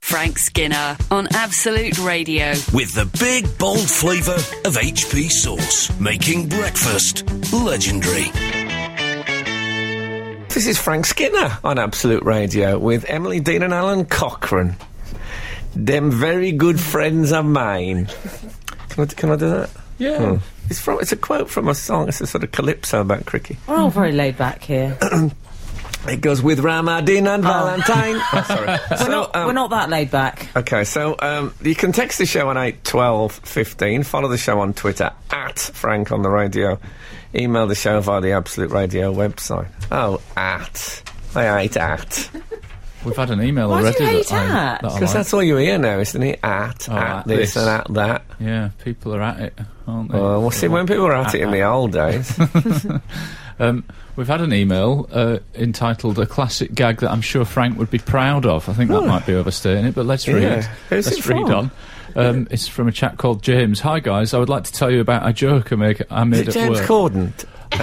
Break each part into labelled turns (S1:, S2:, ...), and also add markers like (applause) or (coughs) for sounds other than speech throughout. S1: Frank Skinner on Absolute Radio.
S2: With the big, bold flavour of HP sauce, making breakfast legendary.
S3: This is Frank Skinner on Absolute Radio with Emily Dean and Alan Cochrane. Them very good friends of mine. Can I, do- can I do that?
S4: Yeah.
S3: Hmm. It's from. It's a quote from a song. It's a sort of calypso about cricket.
S5: We're all very laid back here.
S3: It goes with Ramadine and Valentine. Oh, sorry.
S5: we're, not,
S4: Oh.
S5: we're not that laid back.
S3: Okay, so um, you can text the show on 81215, follow the show on Twitter at Frank on the Radio, email the show via the Absolute Radio website. Oh, at. I hate at.
S4: We've had an email
S5: Why do
S4: already.
S5: you hate
S4: that I-
S5: that?
S4: that I
S3: Because
S4: like.
S3: that's all you hear now, isn't it? At,
S4: Oh,
S3: at
S4: at
S3: this,
S4: this.
S3: and at that. Oh,
S4: Yeah, people are at it, aren't they?
S3: Well, we'll see, when people were at it in the old
S4: (laughs)
S3: days.
S4: Um, we've had an email uh, entitled "A Classic Gag That I'm Sure Frank Would Be Proud of." I think that might be overstating it, but let's read.
S3: Yeah. Who's
S4: let's
S3: it
S4: read
S3: from?
S4: on. Um, it's from a chap called James. Hi guys, I would like to tell you about a joke I make. I made
S3: Is it
S4: at
S3: James
S4: work.
S3: Corden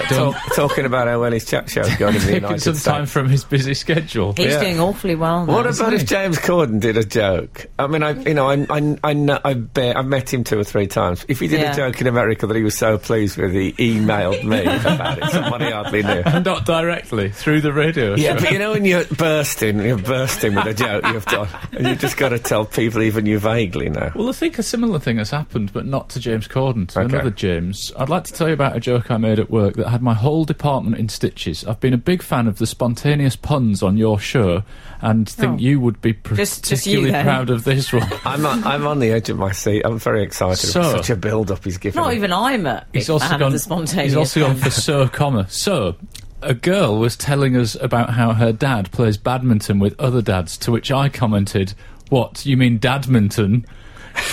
S4: Don't-
S3: talking about how well his chat show's gone in
S4: (laughs)
S3: the
S4: Taking
S3: United
S4: some
S3: States?
S4: time from his busy schedule.
S5: He's
S3: Yeah.
S5: doing awfully well. Now.
S3: What about if James Corden did a joke? I mean, I you know, I I I know, I bet I've met him two or three times. If he did
S5: Yeah.
S3: a joke in America that he was so pleased with, he emailed
S4: (laughs)
S3: me about it. Somebody hardly knew.
S4: Not directly through the radio.
S3: Yeah, but you know when you're bursting, you're bursting with a joke you've done, and you've just got to tell people even you vaguely know.
S4: (laughs) Well, I think a similar thing has happened, but not to James Corden, to
S3: Okay.
S4: another James. I'd like to tell you about a joke I made at work that had my whole department in stitches. I've been a big fan of the spontaneous puns on your show and think you would be
S5: Oh. Just- just you
S4: particularly
S5: then.
S4: proud of
S5: (laughs)
S4: this one.
S3: I'm on, I'm on the edge of my seat. I'm very excited.
S4: So-
S3: Such a build-up he's given.
S5: Not
S3: me.
S5: even I'm a
S4: He's
S5: big
S4: also
S5: fan
S4: gone.
S5: of the spontaneous.
S4: He's also gone for so comma so. A girl was telling us about how her dad plays badminton with other dads. To which I commented, "What you mean dadminton?"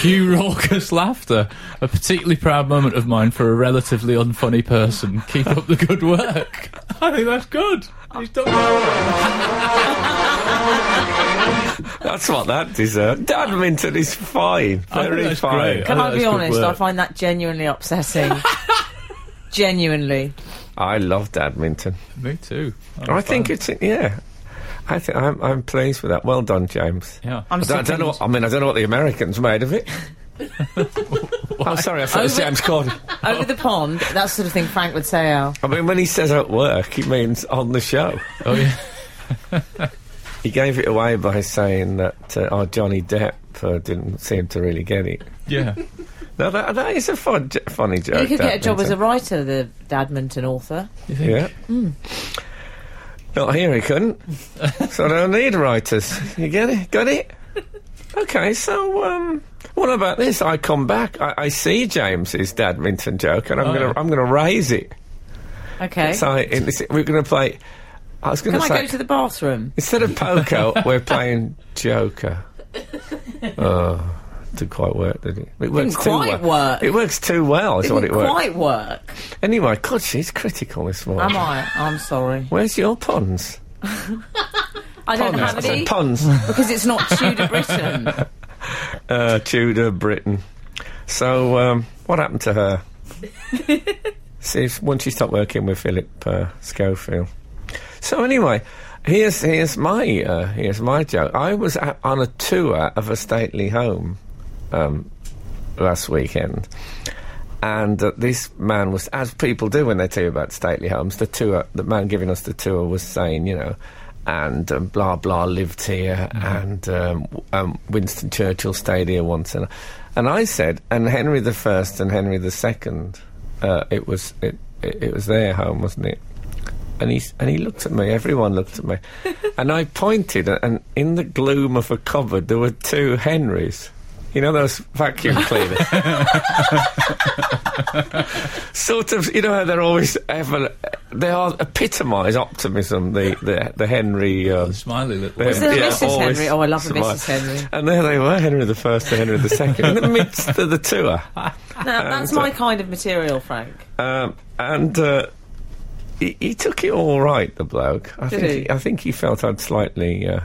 S4: Hugh (laughs) raucous laughter. A particularly proud moment of mine for a relatively unfunny person. Keep up the good work. (laughs) I think that's good. He's done well.
S3: That's what that deserved. Dadminton is fine.
S4: I think
S3: Very
S4: that's
S3: fine.
S4: great.
S5: Can
S4: Oh,
S5: I
S4: that's
S5: be
S4: good
S5: honest? I
S4: work.
S5: find that genuinely upsetting.
S4: (laughs)
S5: genuinely.
S3: I love Dadminton.
S4: Me too. Oh, I'm
S3: I
S4: a
S3: think
S4: fan.
S3: it's yeah. I think I'm, I'm pleased with that. Well done, James.
S4: Yeah.
S3: I
S5: I'm
S3: don't, I don't know. What, I mean, I don't know what the Americans made
S4: (laughs)
S3: of it. I'm sorry, I thought it was
S5: Over-
S3: James Corden.
S5: Over the pond, that sort of thing Frank would say, Al.
S3: I mean, when he says at work, he means on the show.
S4: Oh yeah.
S3: He gave it away by saying that uh, our Johnny Depp uh, didn't seem to really get it.
S4: Yeah.
S3: Now, that, that is a fun, j- funny joke.
S5: You could get a job
S3: Dadminton.
S5: as Hmm. a writer, the Dadminton author.
S4: You think-
S3: Yeah. Not here, he
S5: (laughs)
S3: couldn't. so I don't need writers. You get it? Got it? Okay, so um, what about this? I come back. I, I see James's Dadminton joke, and I'm
S4: Oh,
S3: gonna
S4: yeah.
S3: I'm gonna raise it.
S5: Okay.
S3: So I, in this, we're gonna play. I was gonna
S5: Can I
S3: say
S5: go to the bathroom?
S3: instead of poker,
S5: (laughs)
S3: we're playing Joker. Oh, didn't quite work, did it? It works too
S5: quite
S3: well.
S5: work.
S3: It works too well. Is what it
S5: Didn't
S3: works.
S5: quite work.
S3: Anyway, God, she's critical this morning.
S5: Am I? I'm sorry.
S4: (laughs)
S3: Where's your puns?
S5: I don't
S3: Puns.
S5: have
S3: I
S5: any
S3: said (laughs) puns.
S5: because it's not
S4: (laughs)
S5: Tudor Britain.
S3: uh, Tudor Britain. So, um, what happened to her? See, if, once she stopped working with Philip uh, Schofield. So anyway, here's here's my uh, here's my joke. I was at, on a tour of a stately home um, last weekend, and uh, this man was, as people do when they tell you about stately homes, the tour, the man giving us the tour was saying, you know, and um, blah blah lived here, and um, w- um, Winston Churchill stayed here once, and and I said, and Henry the First and Henry the Second, uh, it was it, it it was their home, wasn't it? And he s- and he looked at me. Everyone looked
S5: (laughs)
S3: at me, and I pointed, a- and in the gloom of a cupboard there were two Henrys. You know those vacuum
S5: (laughs)
S3: cleaners sort of you know how they're always ever they are epitomise optimism the the, the Henry um,
S4: Smiley little.
S3: Was
S5: Is there a
S3: Yeah,
S5: Mrs.
S3: always
S5: Henry? Oh, I love a
S3: survive.
S5: Mrs. Henry.
S3: and there they were Henry the first and Henry the second in the midst of the tour
S5: Now, that's my kind of material, Frank.
S3: um, and uh, he, he took it all right the bloke I
S5: Did
S3: think
S5: he?
S3: I think he felt I'd slightly uh,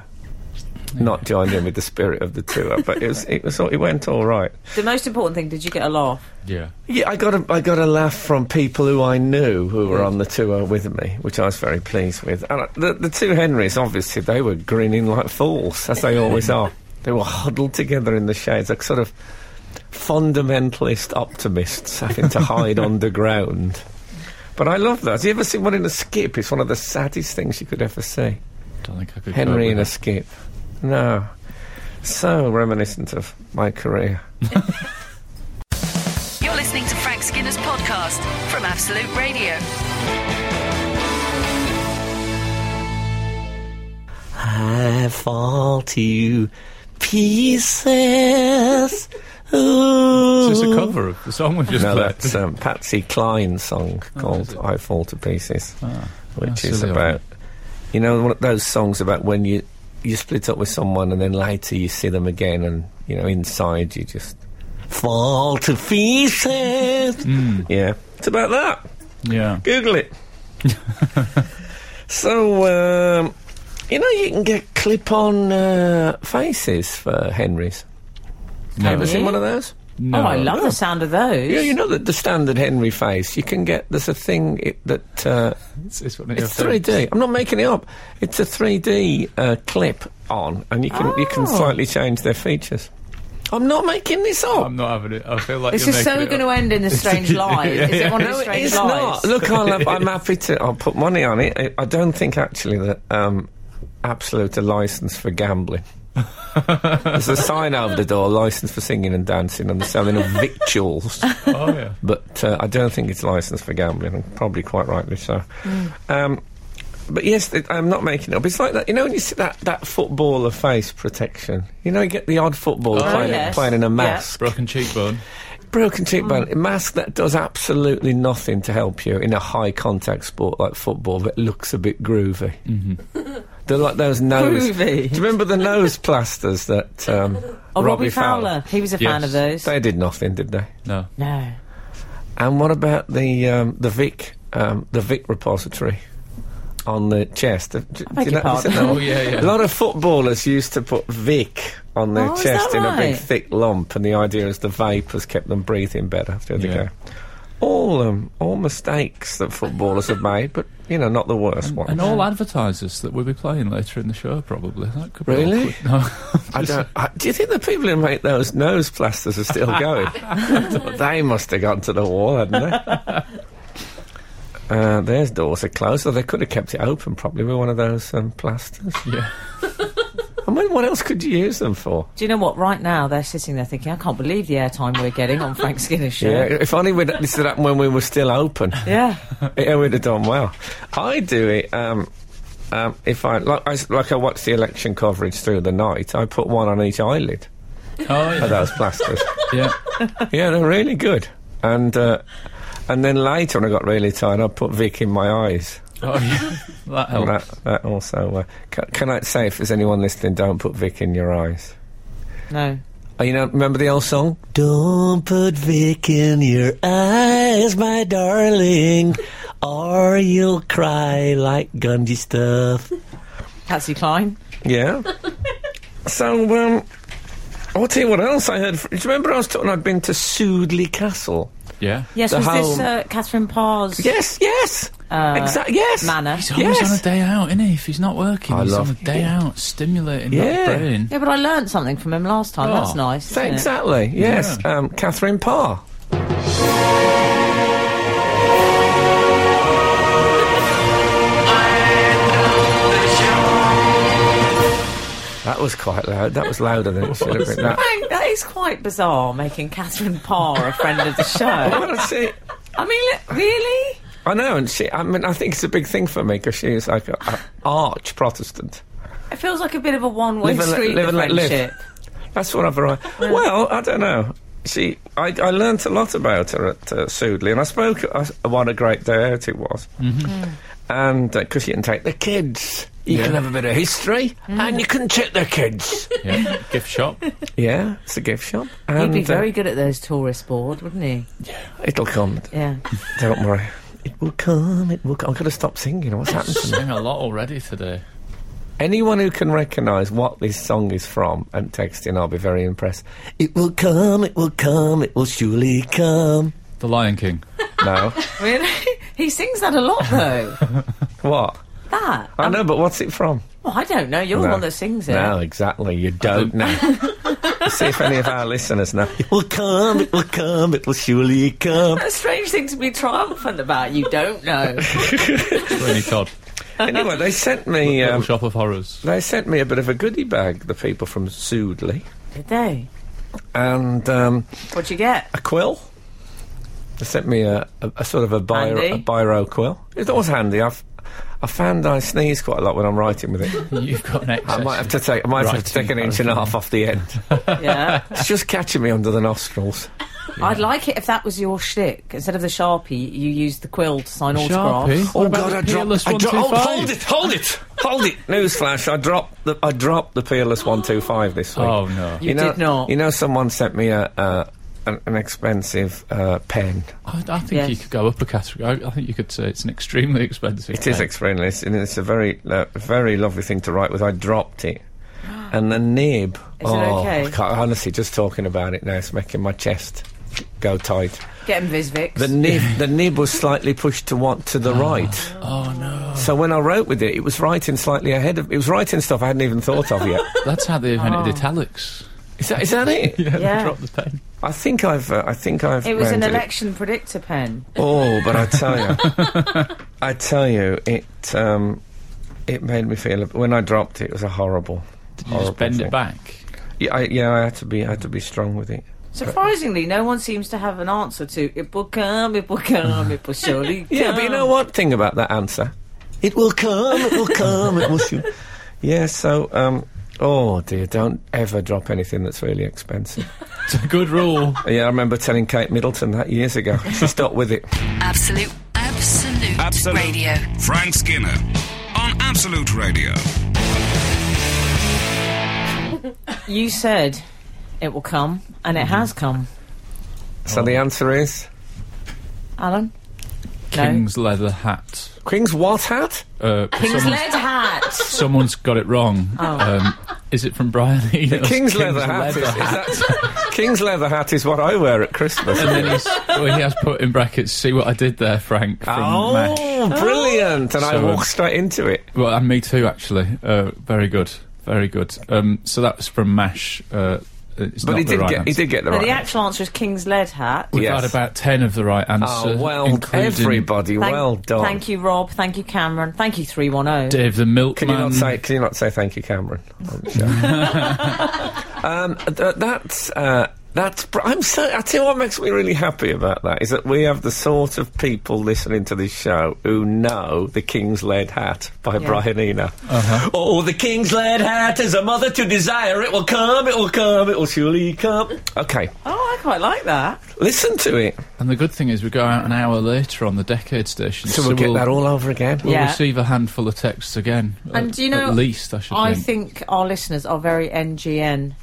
S3: not joined in with the spirit of the tour but it was it was all- it went all right
S5: The most important thing, did you get a laugh?
S4: Yeah.
S3: Yeah, I got a I got a laugh from people who I knew who were on the tour with me, which I was very pleased with. And uh, the the two Henrys, obviously, they were grinning like fools, as they always are. They were huddled together in the shades, like sort of fundamentalist optimists having to hide underground. But I love that. Have you ever seen one in a skip? It's one of the saddest things you could ever see.
S4: Don't think I could. cope
S3: Henry
S4: with
S3: in a
S4: that.
S3: skip. No. So reminiscent of my career.
S1: You're listening to Frank Skinner's podcast from Absolute Radio.
S3: I fall to pieces. Ooh.
S4: Is this a cover of the song we've just
S3: No,
S4: played?
S3: that's um, Patsy Cline's song
S4: Oh, is
S3: called
S4: it? Ah,
S3: I Fall to Pieces, which
S4: that's
S3: is
S4: silly,
S3: about,
S4: isn't
S3: you know, one of those songs about when you, you split up with someone and then later you see them again and, you know, inside you just fall to pieces.
S4: Hmm.
S3: Yeah, it's about that.
S4: yeah.
S3: Google it. so, um, you know, you can get clip on uh, faces for Henry's.
S4: No.
S3: Ever seen one of those?
S4: No.
S5: Oh, I love the sound of those.
S3: Yeah, you know that the standard Henry face. You can get there's a thing it, that uh,
S4: It's, it's one of
S3: it's
S4: your
S3: 3D. I'm not making it up. It's a 3D uh, clip on, and you can you can
S5: Oh.
S3: slightly change their features. I'm not making this up.
S4: I'm not having it. I feel like
S5: This
S4: you're
S5: is
S4: making
S5: so
S4: it
S5: going to
S4: up.
S5: end in the
S3: (laughs)
S5: strange lie. Is it one of the
S3: no, it
S5: strange
S3: is
S5: lies?
S3: not.
S5: (laughs)
S3: Look, I'll have, I'm happy to. I'll put money on it. I, I don't think actually that um, Absolute a license for gambling. There's a sign over the door: license for singing and dancing and the selling of victuals.
S4: Oh yeah.
S3: (laughs) but uh, I don't think it's licensed for gambling, and probably quite rightly so. Um, but yes, th- I'm not making it up. It's like that, you know, when you see that, that footballer face protection, you know, you get the odd footballer
S4: Oh,
S3: playing,
S5: yes.
S3: playing in a
S5: Yeah.
S3: mask,
S4: Broken cheekbone.
S3: broken cheekbone, a mask that does absolutely nothing to help you in a high contact sport like football, but looks a bit groovy. (laughs) They're like those nose.
S5: Groovy.
S3: Do you remember the nose plasters that um,
S5: Oh, Robbie Fowler. He was a fan
S4: Yes.
S5: of those.
S3: They did nothing, did they?
S4: No.
S5: no.
S3: And what about the um, the Vic um, the Vic repository on the chest? Do- do
S5: beg
S3: you
S5: your
S3: know-
S5: pardon.
S3: listen,
S4: Oh, yeah,
S3: A
S4: yeah.
S3: lot of footballers used to put Vic on their
S5: Oh, is
S3: chest
S5: that
S3: in a big
S5: right?
S3: thick lump, and the idea is the vapours kept them breathing better. There they
S4: Yeah.
S3: go. All um, all mistakes that footballers have made, but you know, not the worst one.
S4: And all advertisers that we'll be playing later in the show, probably. That could be
S3: Really?
S4: awkward. No. (laughs) Oh,
S3: I don't, I, do you think the people who make those nose plasters are still going? they must have gone to the wall, hadn't they? Uh, there's doors are closed, so they could have kept it open probably with one of those um, plasters.
S4: yeah.
S3: I mean, what else could you use them for?
S5: Do you know what? Right now, they're sitting there thinking, I can't believe the airtime we're getting on
S3: (laughs)
S5: Frank Skinner's show.
S3: Yeah, if only we'd, this had happened when we were still open,
S5: Yeah.
S3: (laughs) it would have done well. I do it. Um, um, if I like, I s like I watch the election coverage through the night, I put one on each eyelid
S4: Oh
S3: of
S4: yeah.
S3: those plasters.
S4: yeah.
S3: Yeah, they're really good. And uh, and then later, when I got really tired, I put Vic in my eyes.
S4: Oh yeah. That
S3: And
S4: helps.
S3: that, that also. Uh, can, can I say, if there's anyone listening, don't put Vic in your eyes.
S5: No.
S3: Oh, you know, remember the old song? Don't put Vic in your eyes, my darling, or you'll cry like Gundy stuff.
S5: Patsy Cline.
S3: Yeah. so, um, I'll tell you what else I heard. fr- Do you remember I was talking I'd been to Sudley Castle?
S4: Yeah.
S5: Yes,
S3: The
S5: was this
S3: home-
S5: uh, Catherine Parr's
S3: Yes, yes.
S5: uh,
S3: Exactly. Yes.
S5: manor?
S4: He's always
S3: Yes.
S4: on a day out, isn't he? If he's not working,
S3: I
S4: he's
S3: love-
S4: on a day out, stimulating
S3: Yeah.
S4: that
S3: (laughs)
S4: brain.
S5: Yeah, but I learned something from him last time.
S4: Oh,
S5: That's nice.
S3: So
S5: isn't it?
S3: exactly. Yes. Um, Catherine Parr. That was quite loud. That was louder than it should have been.
S5: (laughs)
S3: That.
S5: Frank, that is quite bizarre, making Catherine Parr a friend of the show.
S3: (laughs) Well, I see.
S5: I mean, look, really?
S3: I know, and she. I mean, I think it's a big thing for me because she is like an arch Protestant.
S5: It feels like a bit of a one-way
S3: Live and let-
S5: street
S3: live
S5: of
S3: and let live.
S5: friendship.
S3: That's what I've arrived. Well, I don't know. She, I, I learnt a lot about her at uh, Sudley, and I spoke. I, s- what a great day out it was,
S5: Mm.
S3: and because you can take the kids, you can have a bit of history,
S5: Mm.
S3: and you can take the
S5: (laughs)
S3: kids.
S4: Yeah. Gift shop.
S3: yeah, it's a gift shop,
S5: He'd
S3: and
S5: be very
S3: uh,
S5: good at those tourist board, wouldn't he?
S3: it'll come. (laughs)
S5: Yeah.
S3: Don't worry, it will come. It will. Come. I've got to stop singing. What's happened to me?
S4: Sang a lot already today.
S3: Anyone who can recognise what this song is from and text in, I'll be very impressed. It will come. It will come. It will surely come.
S4: The Lion King.
S5: (laughs)
S3: No,
S5: really? He sings that a lot, though.
S3: what?
S5: that.
S3: I know, but what's it from?
S5: Well, I don't know. You're the
S3: No.
S5: one that sings it.
S3: No, exactly. You don't know. See if any of our listeners know. It will come, it will come, it will surely come.
S5: A strange thing to be triumphant about. You don't know.
S3: (laughs)
S4: Sweeney Todd.
S3: (laughs) Anyway, they sent me
S4: Little
S3: um,
S4: Shop of Horrors.
S3: they sent me a bit of a goodie bag, the people from Sudley,
S5: Did they?
S3: and um,
S5: What'd you get?
S3: a quill. They sent me a, a, a sort of a biro, a
S5: Handy.
S3: biro quill. It was handy. I've, I found I sneeze quite a lot when I'm writing with it.
S4: You've got an excess.
S3: I might have to take I might have to
S4: Writing
S3: take an inch and a half off the end. (laughs)
S5: Yeah.
S3: It's just catching me under the nostrils.
S5: I'd like it if that was your shtick. Instead of the sharpie, you used the quill to sign
S4: Sharpie?
S5: autographs.
S4: What
S3: Oh
S4: about
S3: God!
S4: the
S3: I dropped.
S4: Peerless
S3: I dro- oh,
S4: 125?
S3: hold it! Hold it! Hold it! Newsflash! I dropped the I dropped the peerless one two five this week.
S4: Oh, no.
S5: You
S3: know,
S5: did not.
S3: You know, someone sent me a, a an, an expensive uh, pen.
S4: I, I think
S5: Yes.
S4: you could go up a category. I, I think you could say it's an extremely expensive.
S3: It is
S4: pen.
S3: extremely, it's- and it's a very uh, very lovely thing to write with. I dropped
S4: (gasps)
S3: it, and the nib.
S5: Is it
S3: oh,
S5: okay?
S3: I can't, honestly, just talking about it now, it's making my chest go
S4: (laughs)
S3: tight.
S5: Get him Visvix.
S3: The nib, the nib was slightly pushed to one to the right.
S4: Oh no,
S3: So when I wrote with it, it was writing slightly ahead of. It was writing stuff I hadn't even thought of (laughs) yet.
S4: that's how they invented
S5: Oh.
S4: italics. (laughs)
S3: Is that, is that it?
S4: Yeah,
S5: Yeah.
S4: drop the pen.
S3: I think I've. Uh, I think I've.
S5: it was an
S3: rounded
S5: election predictor pen.
S3: Oh, but I tell you, (laughs) I tell you, it um, it made me feel. a- When I dropped it, it was a horrible.
S4: Did
S3: Oh,
S4: you just bend it back?
S3: Yeah, I, yeah. I had to be. I had to be strong with it.
S5: Surprisingly, no one seems to have an answer to it will come, it will come, it will surely come.
S3: (laughs) Yeah, but you know what thing about that answer? It will come. It will come. it will shoot. (laughs) Yeah. So, um, oh dear, don't ever drop anything that's really expensive.
S4: It's a good
S5: (laughs)
S4: rule.
S3: yeah, I remember telling Kate Middleton that years ago. She stuck with it.
S1: Absolute, absolute,
S2: Absolute.
S1: radio.
S6: Frank Skinner on Absolute Radio.
S5: You said it will come, and
S3: Mm-hmm.
S5: it has come.
S3: So
S4: Oh.
S3: the answer is
S5: Alan?
S4: King's leather hat.
S3: King's what hat?
S4: Uh,
S5: King's
S4: someone's,
S5: lead hat! Oh.
S4: someone's got it wrong. Um, is it from Brian (laughs) Eno's
S3: King's, leather hat.
S4: Leather
S3: is, Is that, (laughs) King's leather hat is what I wear at Christmas.
S4: and
S3: (laughs)
S4: then he's, well, he has put in brackets. See what I did there, Frank. From Mash."
S3: oh, brilliant! And I
S4: So,
S3: walk
S4: um,
S3: straight into it.
S4: Well, and me too, actually. Uh, very good, very good. Um, so that was from Mash. Uh, it's
S3: But
S4: not
S3: he
S4: the
S3: did
S4: right
S3: get he
S4: answer.
S3: did get the
S5: But
S3: right.
S5: the
S3: answer.
S5: actual answer is King's lead hat.
S4: We've
S3: Yes.
S4: had about ten of the right answers.
S3: oh well,
S4: including
S3: everybody,
S5: Thank,
S3: well done.
S5: Thank you, Rob. Thank you, Cameron. Thank you, oh. 310.
S4: Dave the Milkman.
S3: Can you not say? Can you not say thank you, Cameron? on (laughs) the show? um, th- that's. Uh, that's. Br- I'm so. I tell you what makes me really happy about that is that we have the sort of people listening to this show who know the King's Lead Hat by
S5: Yeah.
S3: Brian Eno. Oh, the King's Lead Hat is a mother to desire. It will come. It will come. It will surely come. Okay,
S5: Oh, I quite like that.
S3: listen to it.
S4: And the good thing is, we go out an hour later on the Decade Station,
S3: So we'll get that all over again.
S4: we'll
S5: Yeah.
S4: receive a handful of texts again.
S5: And
S4: at,
S5: do you know-
S4: at least I should.
S5: I think our listeners are very NGN.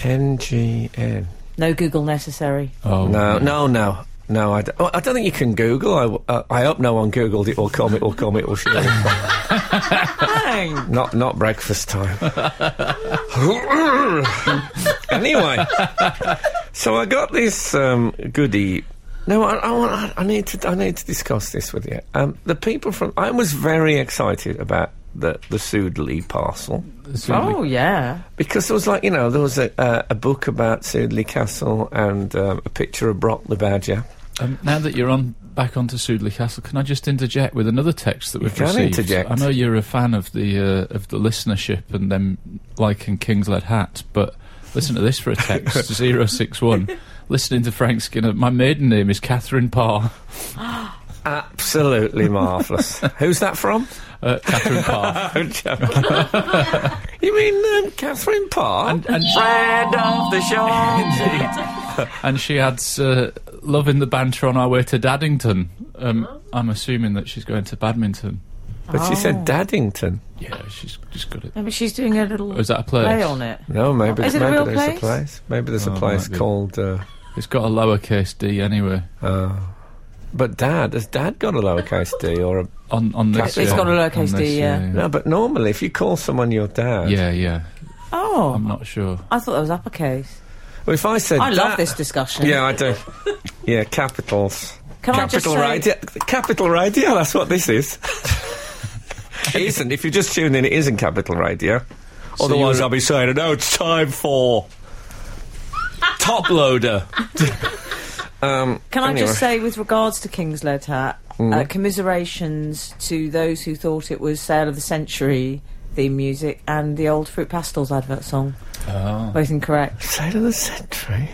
S3: NGN.
S5: No Google necessary.
S4: Oh
S3: No, no, no. No, I, d- oh, I don't think you can Google. I, w- uh, I hope no one Googled it or come, it will come, it will surely come.
S4: (laughs)
S5: Bang!
S3: Not, not breakfast time. (laughs) anyway, so I got this um, goodie. No, I, I, want- I- I need to. I need to discuss this with you. Um, the people from I was very excited about the the Sudley parcel
S4: It's really-
S5: Oh, yeah.
S3: because there was like you know there was a, uh, a book about Sudley Castle and um, a picture of Brock the Badger.
S4: Um, now that you're on back onto Sudley Castle, can I just interject with another text that we've
S3: can
S4: received?
S3: interject.
S4: I know you're a fan of the uh, of the listenership and them liking King's Lead Hat, but listen to this for a text
S3: (laughs)
S4: 061. Listening to Frank Skinner, my maiden name is Catherine Parr.
S3: Absolutely marvellous. Who's that from?
S4: Uh,
S5: (laughs)
S4: Catherine Parr.
S3: I'm joking. you mean um, Catherine Parr?
S4: And, and
S3: Friend of the show.
S4: Indeed. and she adds, uh, loving the banter on our way to Daddington.
S5: Oh.
S4: Um, I'm assuming that she's going to badminton.
S3: But she said Daddington.
S4: Yeah, she's just got it.
S5: Maybe she's doing a little
S4: Is that a place?
S5: play on it.
S3: No, maybe,
S5: Is it a
S3: maybe
S5: real
S3: there's a
S5: place?
S3: place. Maybe there's
S4: Oh,
S3: a place
S4: might be.
S3: called. Uh,
S4: It's got a lowercase d anyway.
S3: uh, but Dad, has Dad got a lowercase d or a.
S4: On on this,
S3: It's
S4: yeah.
S5: got a lowercase
S4: On this,
S5: d, yeah.
S3: No, but normally if you call someone your dad.
S4: Yeah, yeah.
S5: Oh,
S4: I'm not sure.
S5: I thought that was uppercase.
S3: Well, if I said.
S5: I love
S3: that-
S5: this discussion.
S3: Yeah, I do. yeah, capitals.
S5: Can I just
S3: Capital
S5: say, (laughs)
S3: radio. Capital radio, that's what this is. It isn't. If you just tuned in, it isn't Capital Radio. Otherwise, I'll be saying, "No, it's time for Top Loader." um,
S5: Can
S3: anyway.
S5: I
S3: Mm-hmm.
S5: just say, with regards to King's Lead Hat, uh, commiserations to those who thought it was Sale of the Century theme music and the old Fruit Pastels advert song.
S3: Ah.
S5: Both incorrect.
S3: Side of the century.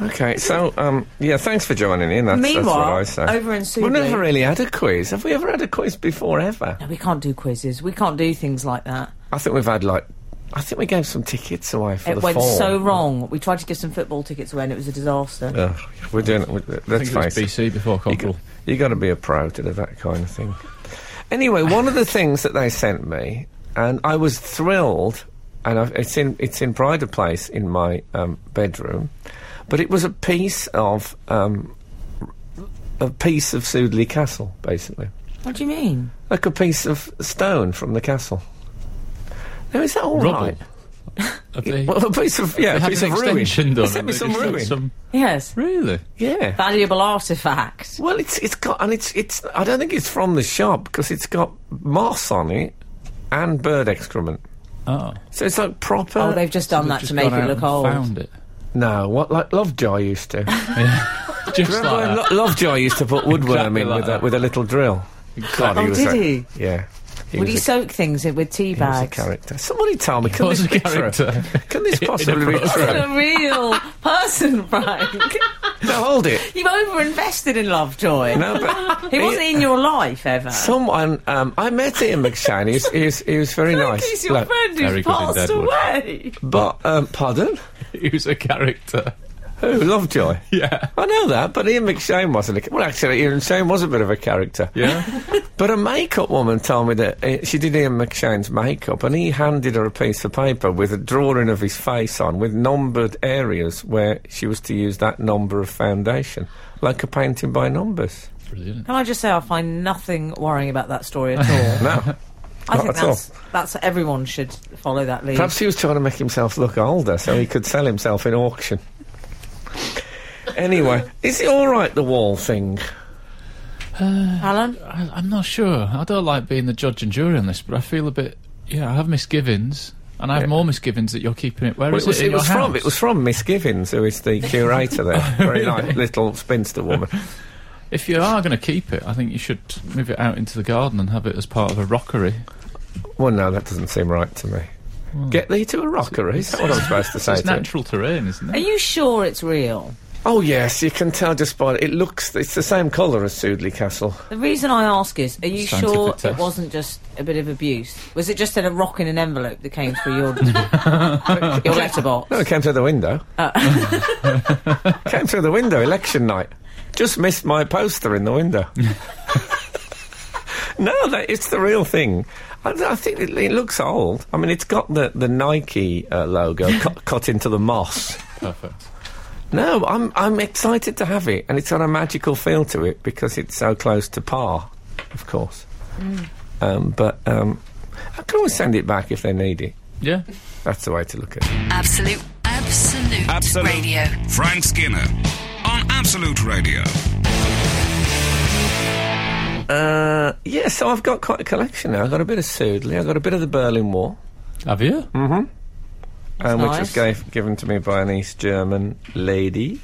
S3: Okay, so um, yeah, thanks for joining in. That's, that's what
S5: Meanwhile,
S3: I say.
S5: over in
S3: We've
S5: Sudbury-
S3: never really had a quiz. Have we ever had a quiz before ever?
S5: No, we can't do quizzes. We can't do things like that.
S3: I think we've had like, I think we gave some tickets away for
S5: it
S3: the
S5: went
S3: fall.
S5: so wrong. We tried to give some football tickets away and it was a disaster.
S3: Ugh, we're doing it. With,
S4: I
S3: let's
S4: think it was
S3: face it.
S4: BC before Cockrell.
S3: You got to be a pro to do that kind of thing. Anyway, one
S4: (laughs)
S3: of the things that they sent me, and I was thrilled, and i it's in it's in Pride of Place in my um, bedroom, but it was a piece of um, a piece of Sudley Castle, basically,
S5: What do you mean?
S3: like a piece of stone from the castle. Now is that all right?
S4: Rubble. Have they-
S3: Well, a piece of yeah,
S4: they
S3: a
S4: had
S3: piece
S4: an
S3: of ruin.
S4: extension
S3: They
S4: done.
S3: sent
S4: and
S3: me
S4: they
S3: some
S4: just had
S3: ruin.
S4: some-
S5: Yes.
S4: Really?
S3: Yeah.
S5: Valuable artifact.
S3: Well, it's it's got and it's it's. I don't think it's from the shop because it's got moss on it and bird excrement.
S4: Oh.
S3: So it's like proper.
S5: Oh, they've just done that
S4: Just
S5: to make
S4: gone
S5: it
S4: out
S5: look
S4: and
S5: old.
S4: Found it.
S3: no, what like Lovejoy used
S4: (laughs)
S3: to.
S4: Just like
S3: Remember when
S4: that.
S3: Lo- Lovejoy used to put woodworm
S4: Exactly
S3: in
S4: like
S3: with a,
S4: that.
S3: with a little drill. God,
S5: Oh,
S4: (laughs)
S3: was
S5: did
S3: a-
S5: he?
S3: Yeah. He
S5: Would
S3: was
S5: he
S3: a-
S5: soak things in with tea
S3: he was a
S5: bags?
S3: character. Somebody tell me, can
S4: was
S3: this
S4: a
S3: be true?
S4: character.
S3: Can this
S4: (laughs) In a
S3: possibly be true?
S5: a
S4: (laughs)
S5: real person,
S3: (laughs)
S5: Frank.
S3: No, hold it.
S5: You've over-invested in Lovejoy.
S3: No, but
S5: (laughs) He wasn't in your life ever.
S3: Someone, um, I met Ian McShane. He was, he was, he was very
S5: Look,
S3: nice.
S5: He's your
S3: bloke.
S5: friend
S4: Very
S5: who's
S4: good in
S5: passed
S4: Deadwood.
S5: away.
S3: But, um, pardon?
S4: He was a character. (laughs)
S3: Who? Lovejoy?
S4: Yeah.
S3: I know that, but Ian McShane wasn't a... Well, actually, Ian McShane was a bit of a character.
S4: Yeah.
S3: But a makeup woman told me that uh, she did Ian McShane's makeup, and he handed her a piece of paper with a drawing of his face on, with numbered areas where she was to use that number of foundation, like a painting by numbers.
S4: Brilliant.
S5: Can I just say I find nothing worrying about that story at
S3: (laughs)
S5: all.
S3: No.
S5: I think
S3: at all.
S5: that's, that's everyone should follow that lead.
S3: Perhaps he was trying to make himself look older so he could sell himself in auction. Anyway, is it all right, the wall thing?
S5: Alan,
S4: I, I'm not sure. I don't like being the judge and jury on this, but I feel a bit. Yeah, I have misgivings, and I have
S3: Yeah.
S4: more misgivings that you're keeping it. Where is
S3: Well, it was,
S4: it? In
S3: it
S4: your
S3: was
S4: house?
S3: from it was from Miss Givens, who is the curator
S4: (laughs)
S3: there, very nice little spinster woman.
S4: If you are going to keep it, I think you should move it out into the garden and have it as part of a rockery.
S3: Well, no, that doesn't seem right to me. Get thee to a rockery. Is that what I'm supposed
S4: (laughs)
S3: to say?
S4: Hmm. It's
S3: To it?
S4: natural terrain, isn't
S5: are
S4: it?
S5: you sure it's real?
S3: Oh yes, you can tell just by it looks. It's the same colour as Sudley Castle.
S5: The reason I ask is, are you
S4: Scientific
S5: sure it
S4: test.
S5: wasn't just a bit of abuse? Was it just in a rock in an envelope that came through your, your letterbox?
S3: No, it came through the window. (laughs) came through the window. Election night. Just missed my poster in the window. (laughs) no, that, it's the real thing. I, I think it, it looks old. I mean, it's got the the Nike uh, logo cut, cut into the moss.
S4: Perfect.
S3: No, I'm I'm excited to have it, and it's got a magical feel to it because it's so close to par, of course. Um, but um, I can always send it back if they need it.
S4: Yeah.
S3: That's the way to look at it.
S1: Absolute, absolute,
S6: Absolute.
S1: radio.
S6: Frank Skinner on Absolute Radio.
S3: Uh, yeah, so I've got quite a collection now. I've got a bit of Sudley, I've got a bit of the Berlin Wall,
S4: Have you?
S3: Mm. um, which was
S5: nice.
S3: gave, given to me by an East German lady.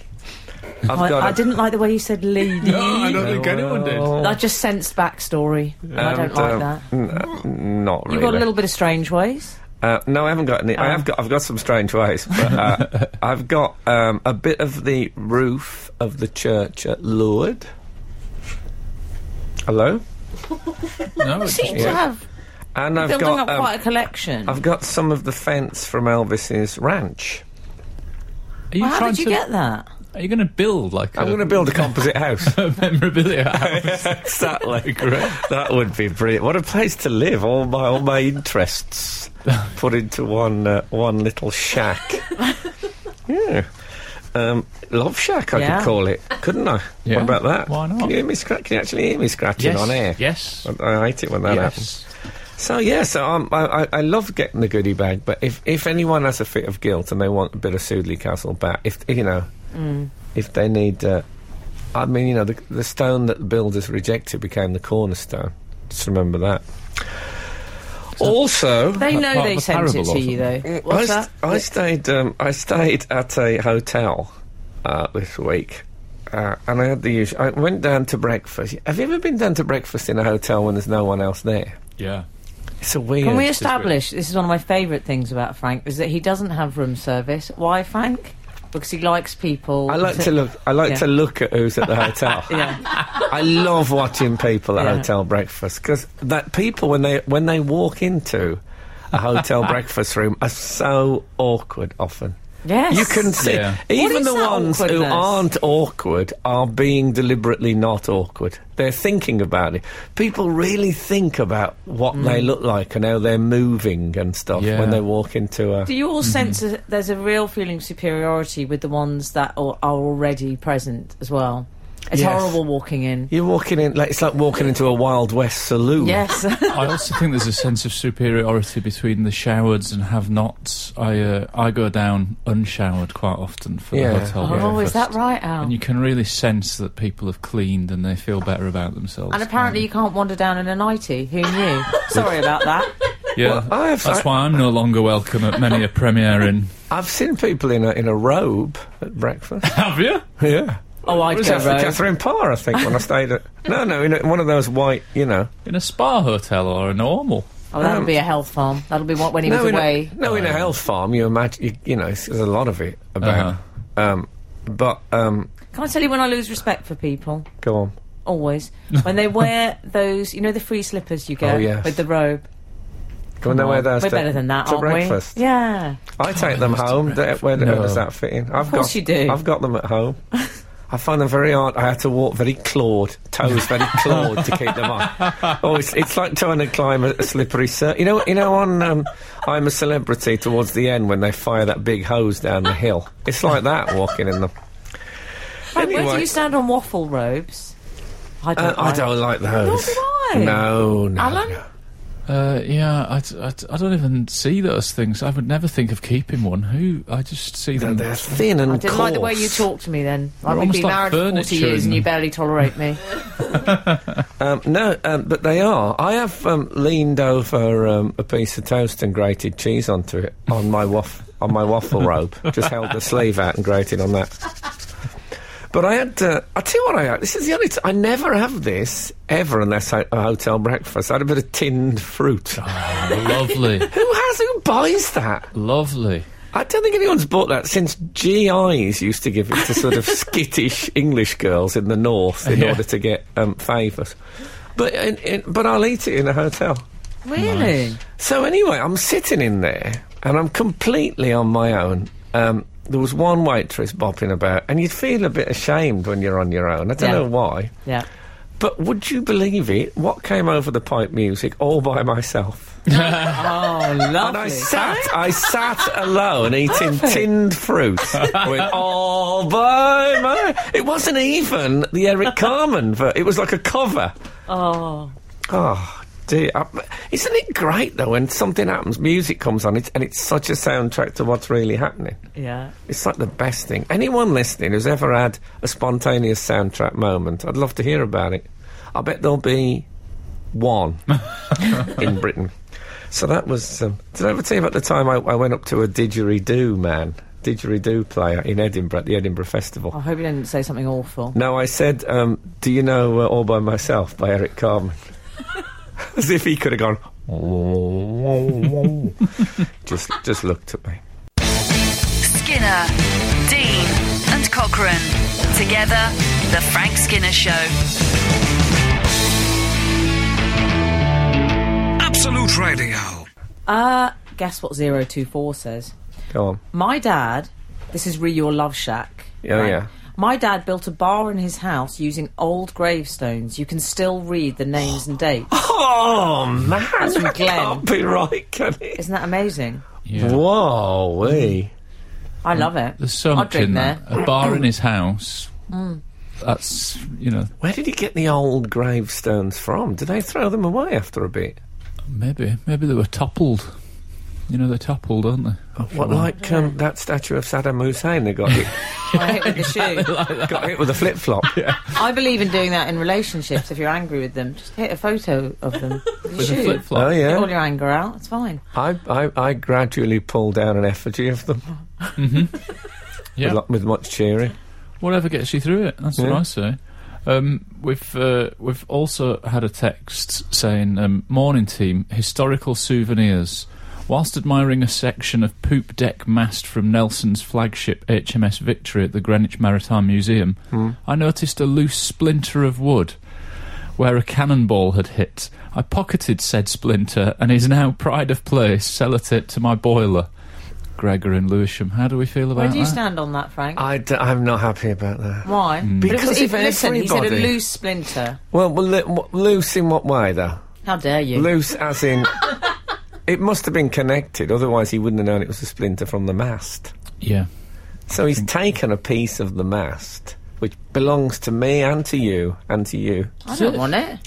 S3: I've
S5: I,
S3: got
S5: I
S3: a-
S5: didn't like the way you said lady.
S4: I don't think anyone did.
S5: I just sensed backstory. and I don't
S3: and,
S5: like
S3: um,
S5: that.
S3: n- n- not really.
S5: You've got a little bit of strange ways.
S3: Uh, no, I haven't got any. I
S5: Oh.
S3: have got. I've got some strange ways. But, uh,
S5: (laughs)
S3: I've got um, a bit of the roof of the church at Lourdes. Hello,
S4: No. It
S5: Seem to
S3: Yeah.
S5: have
S3: and I've
S5: building
S3: got.
S5: up quite
S3: Um,
S5: a collection.
S3: I've got some of the fence from Elvis's ranch.
S4: Are you
S5: Well, how
S4: trying
S5: did you
S4: to?
S5: get that?
S4: Are you going to build like
S3: I'm
S4: a,
S3: going to build a composite house.
S4: (laughs) a
S3: (laughs)
S4: memorabilia house?
S3: exactly. That would be brilliant. What a place to live. All my all my interests put into one uh, one little shack. yeah. Um, love shack, I
S5: Yeah.
S3: could call it, couldn't I?
S4: Yeah.
S3: What about that?
S4: Why not?
S3: Can you, hear me scra- can you actually hear me scratching
S4: yes.
S3: on air?
S4: Yes.
S3: I, I hate it when that happens.
S4: Yes.
S3: So yeah, so um, I, I I love getting the goodie bag, but if if anyone has a fit of guilt and they want a bit of Sudley Castle back, if you know,
S5: Mm.
S3: if they need, uh, I mean, you know, the the stone that the builders rejected became the cornerstone. Just remember that. Also,
S5: They
S4: Pa-
S5: know
S4: part
S5: they
S4: of a
S5: sent it
S4: parable
S5: to
S4: or
S5: you, though.
S3: I,
S5: What's
S3: st-
S5: that?
S3: I stayed. Um, I stayed at a hotel uh, this week, uh, and I had the usual. I went down to breakfast. Have you ever been down to breakfast in a hotel when there's no one else there?
S4: Yeah.
S3: It's a weird.
S5: Can we establish this is one of my favourite things about Frank is that he doesn't have room service. Why, Frank? Because he likes people.
S3: I like to look. I like
S5: Yeah.
S3: to look at who's at the hotel.
S5: (laughs) Yeah,
S3: I love watching people at
S5: Yeah.
S3: hotel breakfast because that people when they when they walk into a
S5: (laughs)
S3: hotel breakfast room are so awkward often.
S5: yes.
S3: You can see
S4: Yeah.
S5: What
S3: even
S5: is
S3: the
S5: that
S3: ones who
S5: awkwardness?
S3: aren't awkward are being deliberately not awkward. They're thinking about it. People really think about what they
S5: Mm.
S3: look like and how they're moving and stuff
S4: Yeah.
S3: when they walk into a.
S5: (laughs) Do you all sense a, there's a real feeling of superiority with the ones that are, are already present as well? It's
S3: Yes.
S5: horrible walking in.
S3: You're walking in like it's like walking into a Wild West saloon.
S5: Yes. (laughs)
S4: I also think there's a sense of superiority between the showereds and have-nots. I uh, I go down unshowered quite often for
S3: Yeah.
S4: the hotel
S5: oh, is
S4: breakfast.
S5: that right, Al?
S4: And you can really sense that people have cleaned and they feel better about themselves.
S5: And apparently you can't wander down in a nightie.
S3: (laughs)
S5: Who knew? Sorry about that.
S4: yeah,
S3: Well, I've-
S4: that's
S3: I-
S4: why I'm no longer welcome at many a premiere. In
S3: (laughs) I've seen people in a in a robe at
S5: (laughs)
S3: breakfast.
S4: have you?
S3: yeah.
S5: Oh, I'd
S3: was
S5: go
S3: that for
S5: rogue.
S3: Catherine Parr, I think, when I stayed
S5: (laughs)
S3: at. No, no, in a, one of those white, you know.
S4: In a spa hotel or a normal?
S5: Oh, that'll
S3: Um,
S5: be a health farm. That'll be what when he
S3: no,
S5: was
S3: in
S5: away. Oh.
S3: A, no, in a health farm, you imagine, you, you know, it's- there's a lot of it about.
S4: Uh-huh.
S3: Um, but, um,
S5: Can I tell you when I lose respect for people?
S3: go on. (laughs)
S5: Always. When they wear those, you know, the free slippers you get
S3: Oh, yes.
S5: with the robe.
S3: Go on, they wear those
S5: We're
S3: to-
S5: better than that,
S3: to
S5: aren't
S3: breakfast.
S5: we? Yeah.
S3: I take them home. Do- Where, where
S4: No.
S3: does that fit in? I've of
S5: course
S3: got,
S5: you do.
S3: I've got them at
S5: (laughs)
S3: home. I find them very hard. I had to walk very clawed, toes very clawed to keep them on. Oh, it's, it's like trying to climb a, a slippery cir You know, you know, on um, I'm a Celebrity towards the end when they fire that big hose down the hill. It's like that walking in them.
S5: Right, Oh, Where do
S3: Anyway.
S5: you stand on waffle robes? I don't.
S3: Uh, I
S5: like-
S3: don't like those.
S5: do I.
S3: No, no.
S5: Alan?
S3: no.
S4: Uh, yeah, I, d- I d- I don't even see those things. I would never think of keeping one. Who? I just see
S3: They're-
S4: them.
S3: They're thin and
S5: I didn't like the way you
S3: coarse.
S5: talk to me then. Like
S4: You're
S5: we've
S4: almost
S5: been
S4: like
S5: married for 40
S4: furniture
S5: years
S4: in-
S5: and you barely
S3: (laughs)
S5: tolerate me.
S3: Um, no, um, but they are. I have um, leaned over um, a piece of toast and grated cheese onto it on my waff- on my waffle robe. Just held the sleeve out and grated on that. But I had. Uh, I tell you what I had. This is the only. T- I never have this ever unless I, a hotel breakfast. I had a bit of tinned fruit. who
S4: lovely,
S3: (laughs) has? Who buys that?
S4: lovely.
S3: I don't think anyone's bought that since GIs used to give it to sort of skittish English girls in the north in
S4: Yeah.
S3: order to get um, favours. But in, in, but I'll eat it in a hotel.
S5: Really?
S3: So anyway, I'm sitting in there and I'm completely on my own. Um, there was one waitress bopping about, and you'd feel a bit ashamed when you're on your own. I don't
S5: Yeah.
S3: know why.
S5: Yeah.
S3: But would you believe it? What came over the pipe music all by myself?
S5: Oh,
S3: And I
S5: lovely.
S3: sat, I sat alone eating tinned fruit with all by my. It wasn't even the Eric Carmen, ver- it was like a cover.
S5: Oh,
S3: Oh dear! I- Isn't it great though when something happens, music comes on, it, and it's such a soundtrack to what's really happening.
S5: yeah.
S3: It's like the best thing. Anyone listening who's ever had a spontaneous soundtrack moment, I'd love to hear about it. I bet there'll be one in Britain. So that was. Um, did I ever tell you about the time I, I went up to a didgeridoo man, didgeridoo player in Edinburgh at the Edinburgh
S5: I
S3: Festival?
S5: hope you didn't say something awful.
S3: No, I said, um, "Do you know uh, All by Myself" by Eric Carmen? (laughs) As if he could (laughs) have gone. just, just looked at me.
S1: Skinner, Dean, and Cochrane. Together, The Frank Skinner Show.
S6: Absolute Radio.
S5: Uh, guess what 024 says?
S3: Go on.
S5: My dad, this is re your love shack.
S3: Oh, yeah.
S5: My dad built a bar in his house using old gravestones. You can still read the names and dates.
S3: (gasps) Oh man, That's
S5: from Glenn.
S3: can't be right, can it?
S5: Isn't that amazing?
S4: Yeah.
S3: Whoa, wee.
S5: I love it.
S4: There's so
S5: I'd
S4: much
S5: drink
S4: in
S5: there. Mm.
S4: that. A bar in
S5: (clears throat)
S4: his house. That's you know
S3: Where did he get the old gravestones from? Did they throw them away after a bit?
S4: maybe maybe they were toppled.
S3: Uh,
S4: You know they're toppled, aren't they?
S3: What, like um, that statue of Saddam Hussein they got it
S5: I hit with the
S3: (laughs)
S5: shoe.
S3: Got hit with a flip flop.
S5: I believe in doing that in relationships. If you're angry with them, just hit a photo of
S3: (laughs)
S5: them. With
S4: With a flip flop.
S3: Oh
S5: Get all
S3: yeah.
S5: your anger out. It's fine.
S3: I, I I gradually pull down an effigy of them
S4: Yeah.
S3: (laughs) with, lo- with much cheering.
S4: whatever gets you through it. That's
S3: Yeah.
S4: what I say. Um, we've uh, we've also had a text saying, um, "Morning team, historical souvenirs." Whilst admiring a section of poop deck mast from Nelson's flagship HMS Victory at the Greenwich Maritime Museum,
S3: Hmm.
S4: I noticed a loose splinter of wood where a cannonball had hit. I pocketed said splinter and is now pride of place sellotape to my boiler. Gregor and Lewisham, how do we feel about
S5: Where do you
S3: Uh-huh.
S4: that?
S5: stand on that, Frank?
S3: I d- I'm not happy about that.
S5: Why?
S3: Uh,
S5: but it
S3: Mm. Because
S5: was,
S3: if
S5: if, listen, he said a
S3: everybody-
S5: loose splinter.
S3: Well, well li- w- loose in what way though?
S5: How dare you?
S3: Loose as in. (laughs) It must have been connected, otherwise he wouldn't have known it was a splinter from the mast.
S4: Yeah.
S3: So
S4: Mm-hmm.
S3: he's taken a piece of the mast, which belongs to me and to you and to you.
S5: I don't want it.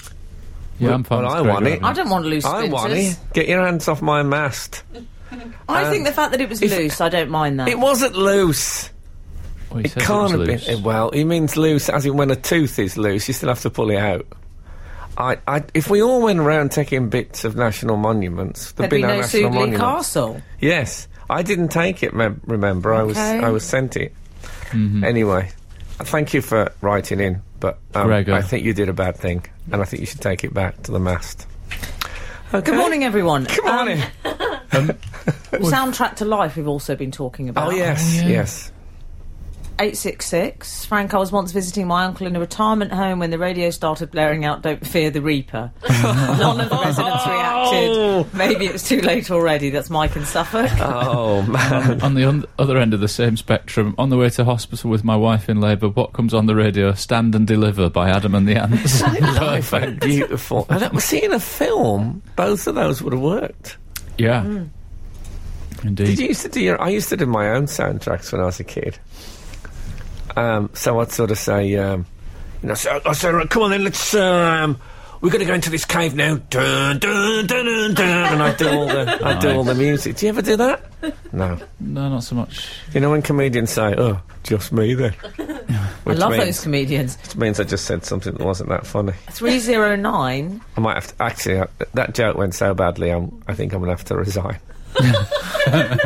S4: Yeah, I'm fine.
S3: Well,
S4: with
S3: I want
S4: Gregor
S3: it.
S4: on
S5: I don't want loose
S3: I
S5: splinters.
S3: want it. Get your hands off my mast.
S5: I
S3: Um,
S5: think the fact that it was loose, I don't mind that.
S3: It wasn't loose.
S4: Well, he
S3: It
S4: says
S3: can't
S4: was
S3: have
S4: loose.
S3: been. eh, Well, he means loose as in when a tooth is loose, you still have to pull it out. I, I, if we all went around taking bits of national monuments, there'd
S5: There'd be
S3: no,
S5: no
S3: national
S5: Sudley
S3: monuments.
S5: Castle.
S3: Yes, I didn't take it. Mem- remember, I was
S5: Okay.
S3: I was sent it.
S4: Mm-hmm.
S3: Anyway, thank you for writing in, but um,
S4: Gregor.
S3: I think you did a bad thing, and I think you should take it back to the mast.
S5: Good morning, everyone. Um,
S3: Come on in.
S5: Soundtrack to Life, we've also been talking about.
S3: Oh yes,
S4: yeah.
S3: yes.
S5: 866. Frank, I was once visiting my uncle in a retirement home when the radio started blaring out Don't Fear the
S3: (laughs)
S5: Reaper. None of the residents reacted. Maybe it's too late already. That's Mike in Suffolk.
S3: Oh man.
S4: on the on- other end of the same spectrum, on the way to hospital with my wife in labour, what comes on the radio? Stand and Deliver by Adam and the
S3: (laughs)
S4: Ants. Perfect.
S3: Beautiful. And that, see, in a film, both of those would have worked.
S4: (laughs) Yeah. Indeed.
S3: Mm. Did you used to do your? I used to do my own soundtracks when I was a kid. Um, so I'd sort of say, um, you know, so, I said, right, come on then, let's. Um, we're going to go into this cave now. Dun, dun, dun, dun, dun, and I do all the, I do all the music. Do you ever do that? No.
S4: No, not so much.
S3: You know when comedians say, "Oh, just me then,"
S5: I
S3: which
S5: love
S3: means,
S5: those comedians.
S3: which means I just said something that wasn't that funny.
S5: 309.
S3: I might have to, actually. I, that joke went so badly. I'm, I think I'm going to have to resign. I'm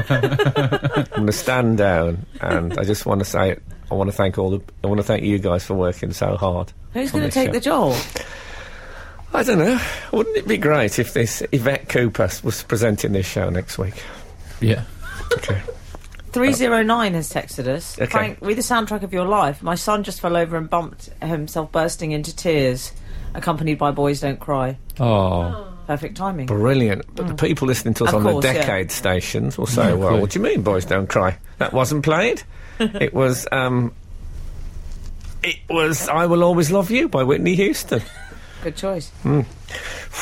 S3: going to stand down, and I just want to say I want to thank all the. I want to thank you guys for working so hard.
S5: Who's
S3: on
S5: going
S3: this
S5: to take
S3: show.
S5: the job?
S3: I don't know. Wouldn't it be great if this Yvette Cooper was presenting this show next week?
S4: Yeah.
S3: Okay.
S5: 309 has texted us.
S3: Okay.
S5: Frank, with the soundtrack of your life, my son just fell over and bumped himself, bursting into tears, accompanied by Boys Don't Cry.
S4: Oh.
S5: Perfect timing.
S3: Brilliant. But the people listening to us
S5: Hmm. Of
S3: on
S5: course,
S3: the
S5: yeah.
S3: decade stations will say,
S4: No
S3: well,
S4: clue.
S3: what do you mean, Boys Don't Cry? That wasn't
S5: (laughs)
S3: played. it was. Um, it was I Will Always Love You by Whitney Houston.
S5: Good choice.
S3: Hmm?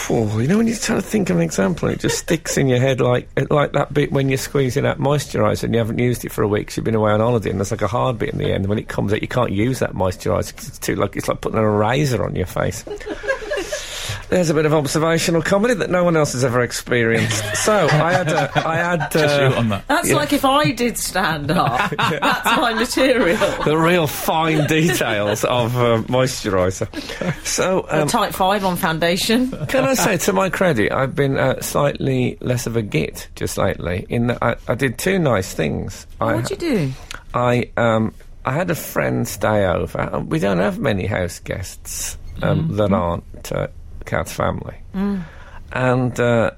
S3: Oh, you know when you're trying to think of an example, it just sticks in your head like like that bit when you're squeezing out moisturiser and you haven't used it for a week. 'cause You've been away on holiday, and there's like a hard bit in the end. When it comes out, you can't use that moisturiser 'cause it's too like it's like putting an eraser on your
S4: (laughs)
S3: face. There's a bit of observational comedy that no one else has ever experienced. So I had a, I
S4: (laughs)
S3: had
S4: Shoot
S3: uh,
S4: on that.
S5: That's like if I did
S3: (laughs)
S5: stand up. That's my material.
S3: the real fine details of uh, moisturiser. So
S5: A
S3: um,
S5: type 5 on foundation.
S3: Can I say, to my credit, I've been uh, slightly less of a git just lately. In that I, I did two nice things. I,
S5: What'd you do?
S3: I um, I had a friend stay over. Uh, We don't have many house guests um,
S5: Mm.
S3: that aren't uh, Cat's family, and uh,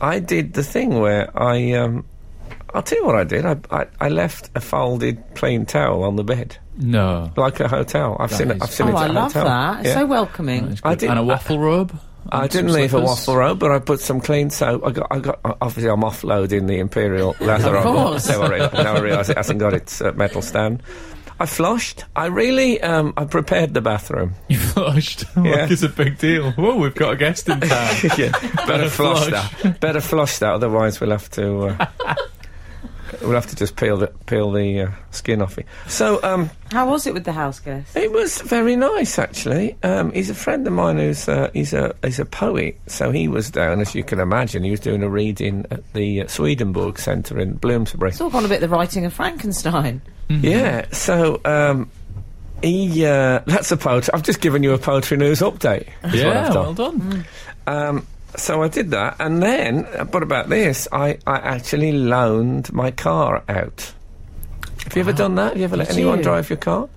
S3: I did the thing where I um, I'll tell you what I did. I, I I left a folded plain towel on the bed,
S4: No.
S3: like a hotel. I've seen it.
S4: is-
S3: I've seen
S5: Oh,
S3: it.
S5: I
S3: at a
S5: love
S3: hotel.
S5: that. It's
S3: Yeah.
S5: so welcoming.
S4: That's
S3: I
S4: good.
S3: didn't-
S4: and a waffle robe?
S3: I
S4: And some
S3: didn't leave a
S4: slippers?
S3: waffle robe, but I put some clean soap. I got, I got. uh, Obviously, I'm offloading the imperial leather.
S5: Of
S3: on.
S5: course.
S3: Now I, real- now I realise it hasn't got its uh, metal stand. I flushed. I really. Um, I prepared the bathroom.
S4: (laughs) You flushed. (laughs) like
S3: Yeah.
S4: it's a big deal. Whoa, we've got a
S3: (laughs)
S4: guest in town.
S3: yeah. Better flush
S4: flush.
S3: that. Better flush that. Otherwise, we'll have to. Uh, We'll have to just peel the peel the uh, skin off it. So um,
S5: How was it with the house guest?
S3: it was very nice, actually. Um, he's a friend of mine who's uh, he's a he's a poet. So he was down, as you can imagine, he was doing a reading at the uh, Swedenborg Centre in Bloomsbury.
S5: It's all gone a bit the writing of Frankenstein.
S3: Yeah. So um, he uh, (laughs) that's a poetry. I've just given you a poetry news update. That's what I've
S4: yeah,
S3: done.
S4: well done.
S3: Um, so I did that, and then, uh, what about this? I, I actually loaned my car out. Have you ever done that? Have you ever let
S5: Did
S3: anyone
S5: you? Oh.
S3: drive your car?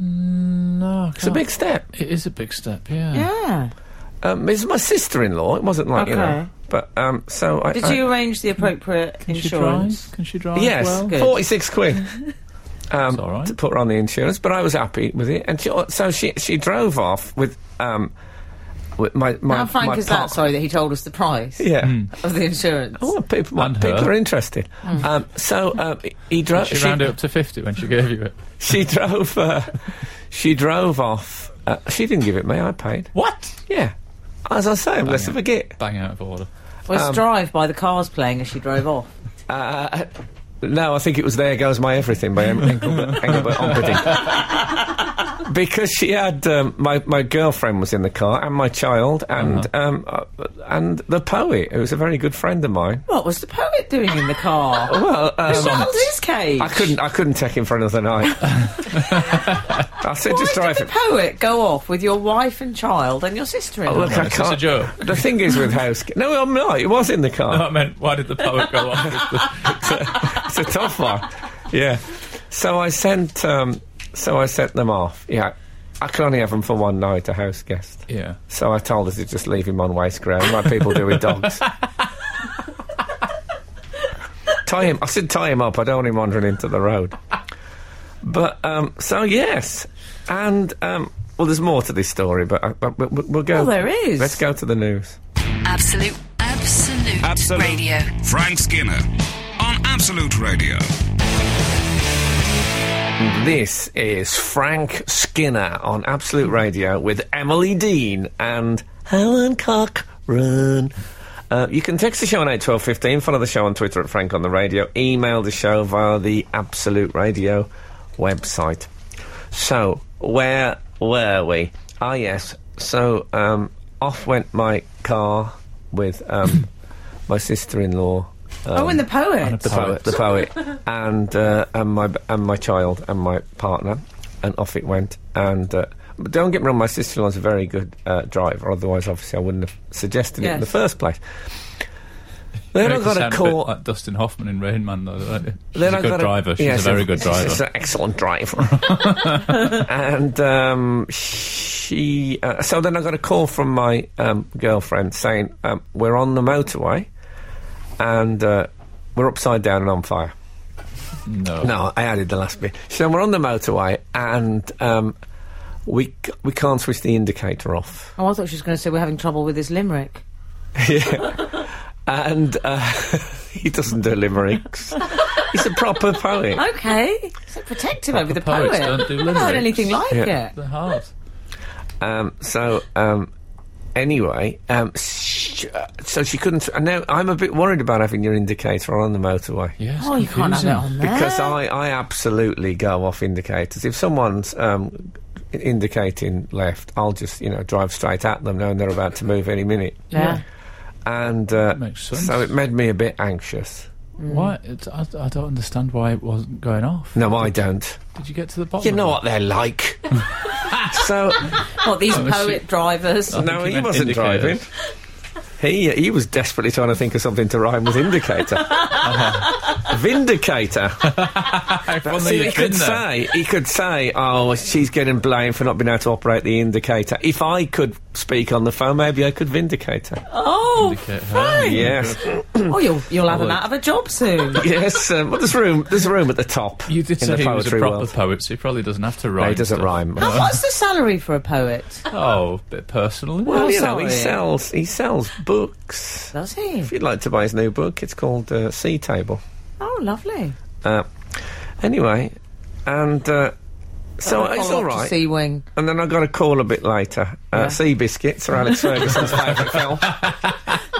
S4: No, I
S3: It's a
S4: can't-
S3: big step.
S4: It is a big step. Yeah.
S3: Hmm.
S5: Yeah.
S3: Um, it's my sister-in-law. It wasn't like you know,
S5: Okay.
S3: but um, so I.
S5: Did
S3: I-
S5: you arrange the appropriate
S4: Can she
S5: insurance?
S4: drive? Can she drive?
S3: Yes,
S4: Well?
S5: Good.
S3: forty-six
S5: (laughs)
S3: quid. Um,
S4: It's all right.
S3: To put her on the insurance, but I was happy with it, and she, so she she drove off with um, with my my
S5: How frank
S3: my
S5: is
S3: park-
S5: that? Sorry that he told us the
S3: (laughs)
S5: price
S3: Yeah.
S5: of the insurance.
S3: Oh, people,
S4: Hmm. And her.
S3: people are interested.
S5: Hmm.
S3: Um, so um, he drove.
S4: She, rounded up to fifty when she gave you it.
S3: she drove. Uh, she drove off. Uh, she didn't give it me. I paid.
S4: What?
S3: Yeah, as I say, I'm less of a git.
S4: Bang out of order.
S5: was
S3: um,
S5: Drive by the Cars playing as she drove off.
S3: Uh, no, I think it was "There Goes My Everything" by Em- Engelbert, Engelbert Humperdinck. Because she had um, my my girlfriend was in the car and my child and um, uh, and the poet who was a very good friend of mine.
S5: What was the poet doing in
S3: (laughs)
S5: the car?
S3: Well, um,
S5: Held his cage.
S3: I couldn't I couldn't take him for another night. I said just
S5: Why
S3: drive
S5: did
S3: him.
S5: the poet go off with your wife and child and your sister-in-law?
S3: Oh, Look, I
S4: It's just a
S3: can't.
S4: joke.
S3: The thing is with house. No, I'm not. It was in the car.
S4: (laughs) I meant, why did the poet go off? with the-
S3: it's a tough one. Yeah. So I sent, um, so I sent them off. Yeah. I can only have them for one night, a house guest.
S4: (laughs) yeah.
S3: So I told her to just leave him on waste ground, like people do with
S5: (laughs)
S3: dogs. tie him. I said tie him up. I don't want him wandering into the road. But um, so yes, and um, well, there's more to this story, but, I, but we'll, we'll go.
S5: Well, there is.
S3: Let's go to the news.
S1: Absolute, absolute,
S6: Absolute.
S1: radio.
S6: Frank Skinner on Absolute Radio.
S3: This is Frank Skinner on Absolute Radio with Emily Dean and Helen Cochran. Uh, you can text the show on 81215, follow the show on Twitter at Frank on the Radio, email the show via the Absolute Radio website. So, where were we? Ah, yes. So, um, off went my car with um, (coughs) my sister in law.
S5: oh, and the poet.
S3: The poet,
S4: Poet.
S3: the poet, and uh, and my and my child and my partner, and off it went. And uh, but don't get me wrong, my sister-in-law's a very good uh, driver. Otherwise, obviously, I wouldn't have suggested it in
S5: Yes.
S3: the first place. Then I
S4: Makes it
S3: got
S4: sound
S3: a
S4: bit
S3: call.
S4: like Dustin Hoffman in Rain Man, though. doesn't it? She's
S3: then
S4: uh, a
S3: I
S4: good
S3: got
S4: driver. She's
S3: yes,
S4: a very good
S3: she's-
S4: driver.
S3: She's an excellent driver.
S4: (laughs)
S3: and um, she. Uh, so then I got a call from my um, girlfriend saying um, we're on the motorway, and uh, we're upside down and on fire.
S4: no.
S3: No, I added the last bit. So we're on the motorway and um, we c- we can't switch the indicator off.
S5: Oh, I thought she was going to say we're having trouble with this limerick.
S3: And uh, (laughs) he doesn't do limericks. He's a proper poet.
S5: Okay, so protective over the poet.
S4: poets don't do
S5: I've not heard
S4: limericks.
S5: anything like
S3: Yeah.
S5: it.
S4: They're hard.
S3: Um, so um, anyway, um, sh- uh, so she couldn't. And now I'm a bit worried about having your indicator on the motorway.
S4: Yes.
S5: Oh, you can't have
S4: confusing.
S5: that on there.
S3: Because I, I absolutely go off indicators. If someone's um, i- indicating left, I'll just you know drive straight at them, knowing they're about to move any minute.
S5: Yeah.
S3: and uh,
S4: Makes sense.
S3: so it made me a bit anxious.
S4: Why? It's, I, I don't understand why it wasn't going off.
S3: No, I don't.
S4: Did you get to the bottom?
S3: You
S4: of
S3: know
S4: it?
S3: what they're
S4: (laughs)
S3: like. so
S5: What these
S4: Oh, she-
S5: poet drivers?
S4: think
S3: no,
S4: he
S3: he
S4: meant
S3: wasn't driving.
S4: indicators.
S3: He he was desperately trying to think of something to rhyme with indicator.
S4: Uh-huh. (laughs)
S3: Vindicator.
S4: Well,
S3: See,
S4: you've
S3: he could
S4: been there.
S3: say he could say, "Oh, she's getting blamed for not being able to operate the indicator." If I could speak on the phone, maybe I could vindicate her.
S5: Oh,
S4: Indicate her.
S5: Frank!
S3: Yes,
S5: Oh, you'll you'll have him
S4: Well,
S5: out of a
S3: (laughs)
S5: job soon.
S3: yes. Um, well, there's room. There's room at the top.
S4: You did
S3: in
S4: say
S3: the
S4: he was a
S3: poetry
S4: proper
S3: world.
S4: poet, so he probably doesn't have to
S3: No,
S4: write.
S3: he doesn't
S4: stuff.
S3: rhyme.
S5: Now, what's the salary for a poet?
S4: Oh, a bit personal. isn't
S3: Well,
S5: Oh,
S4: it?
S3: you know, he
S5: sorry.
S3: sells he sells books.
S5: Does he?
S3: If you'd like to buy his new book, it's called uh, Sea Table.
S5: Oh, lovely.
S3: Uh, anyway, and uh, so
S5: I'll
S3: it's all
S5: follow up to
S3: right.
S5: Sea Wing.
S3: and then I got a call a bit later. Uh,
S5: Yeah. (laughs)
S3: Sea biscuits are Alex Ferguson's favourite film.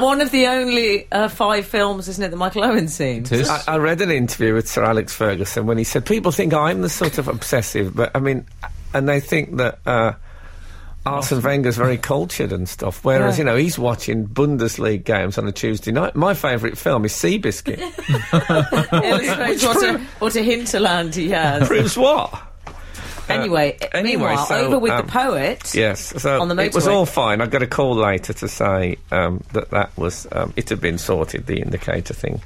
S5: one of the only uh, five films, isn't it, that Michael Owen's seen?
S4: It is.
S3: I, I read an interview with Sir Alex Ferguson when he said people think I'm the sort of obsessive, but I mean, and they think that uh, Arsene Wenger's very cultured and stuff. Whereas
S5: Yeah.
S3: you know he's watching Bundesliga games on a Tuesday night. My favourite film is Seabiscuit.
S5: Illustrates what a, what a hinterland
S3: (laughs)
S5: he has.
S3: Proves what?
S5: anyway,
S3: anyway,
S5: meanwhile,
S3: so,
S5: over with
S3: um,
S5: the poet.
S3: Yes. So
S5: On the
S3: it was
S5: motorway.
S3: all fine. I got a call later to say um, that that was um, it had been sorted the indicator thing.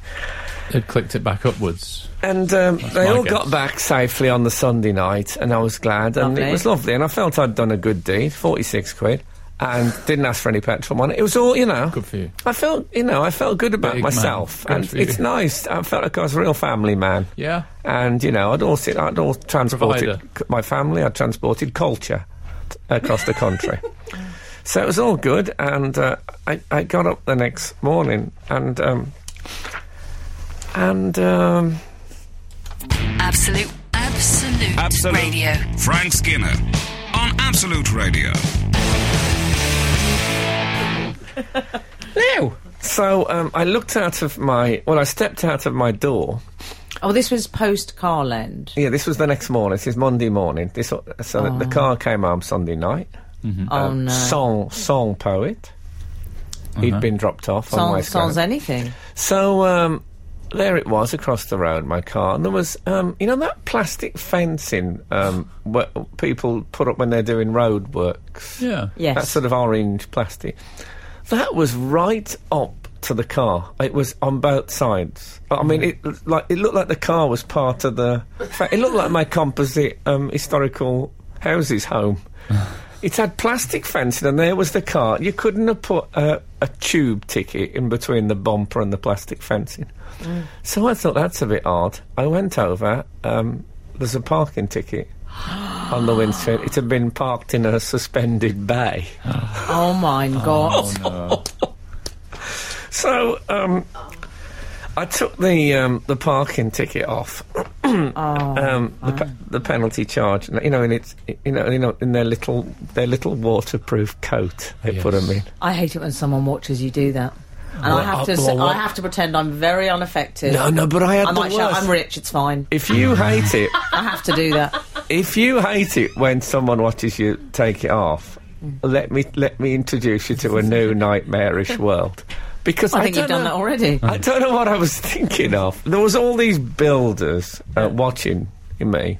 S4: It clicked it back upwards.
S3: And um, they
S4: my
S3: all
S4: guess.
S3: got back safely on the Sunday night, and I was glad, and it
S5: Lovely.
S3: was lovely, and I felt I'd done a good deed, forty-six quid, and didn't ask for any petrol money. It was all, you know.
S4: Good for you.
S3: I felt, you know, I felt good about
S4: Big man.
S3: myself,
S4: Good
S3: and
S4: for you.
S3: it's nice. I felt like I was a real family man.
S4: Yeah.
S3: And you know, I'd all sit, I'd all transported
S4: Provider.
S3: c- my family. I transported culture t- across the country. So it was all good, and uh, I, I got up the next morning, and um, and um,
S1: Absolute, absolute,
S6: Absolute.
S1: radio.
S6: Frank Skinner on Absolute Radio.
S3: No. So um, I looked out of my. Well, I stepped out of my door.
S5: Oh, this was post Carland.
S3: Yeah, this was the next morning. This is Monday morning. This so the, the car came home Sunday night.
S5: Oh no,
S3: Um, Song song poet. He'd been dropped off on
S5: sans,
S3: West Grand.
S5: sans anything.
S3: So um, there it was across the road, my car, and there was um, you know that plastic fencing um, what people put up when they're doing road works.
S4: Yeah.
S5: Yes.
S3: That sort of orange plastic. That was right up to the car. It was on both sides. I mean, it l- like it looked like the car was part of the. fa- It looked like my composite um, historical houses home. It had plastic fencing, and there was the car. You couldn't have put a, a tube ticket in between the bumper and the plastic fencing. So I thought that's a bit odd. I went over. Um, there's a parking ticket on the windshield. It had been parked in a suspended bay.
S5: Oh my god.
S3: So um, I took the um, the parking ticket off, (clears throat)
S5: Oh,
S3: um, the, pe- the penalty charge. You know, in its, you know, you know, in their little their little waterproof coat they put 'em put them in.
S5: I hate it when someone watches you do that. And I
S3: Well,
S5: have
S3: uh,
S5: to, s
S3: well,
S5: I
S3: what-
S5: I have to pretend I'm very unaffected.
S3: No, no, but I had
S5: I
S3: the
S5: might shout,
S3: worst.
S5: I'm rich, it's fine.
S3: if you hate it,
S5: I have to
S3: (laughs)
S5: do that.
S3: if you hate it when someone watches you take it off,
S5: Mm.
S3: let me let me introduce you to a
S5: (laughs)
S3: new nightmarish world. Because I,
S5: I think you've
S3: don't
S5: done
S3: know-
S5: that already.
S3: I don't know what I was thinking of. There was all these builders uh, watching me,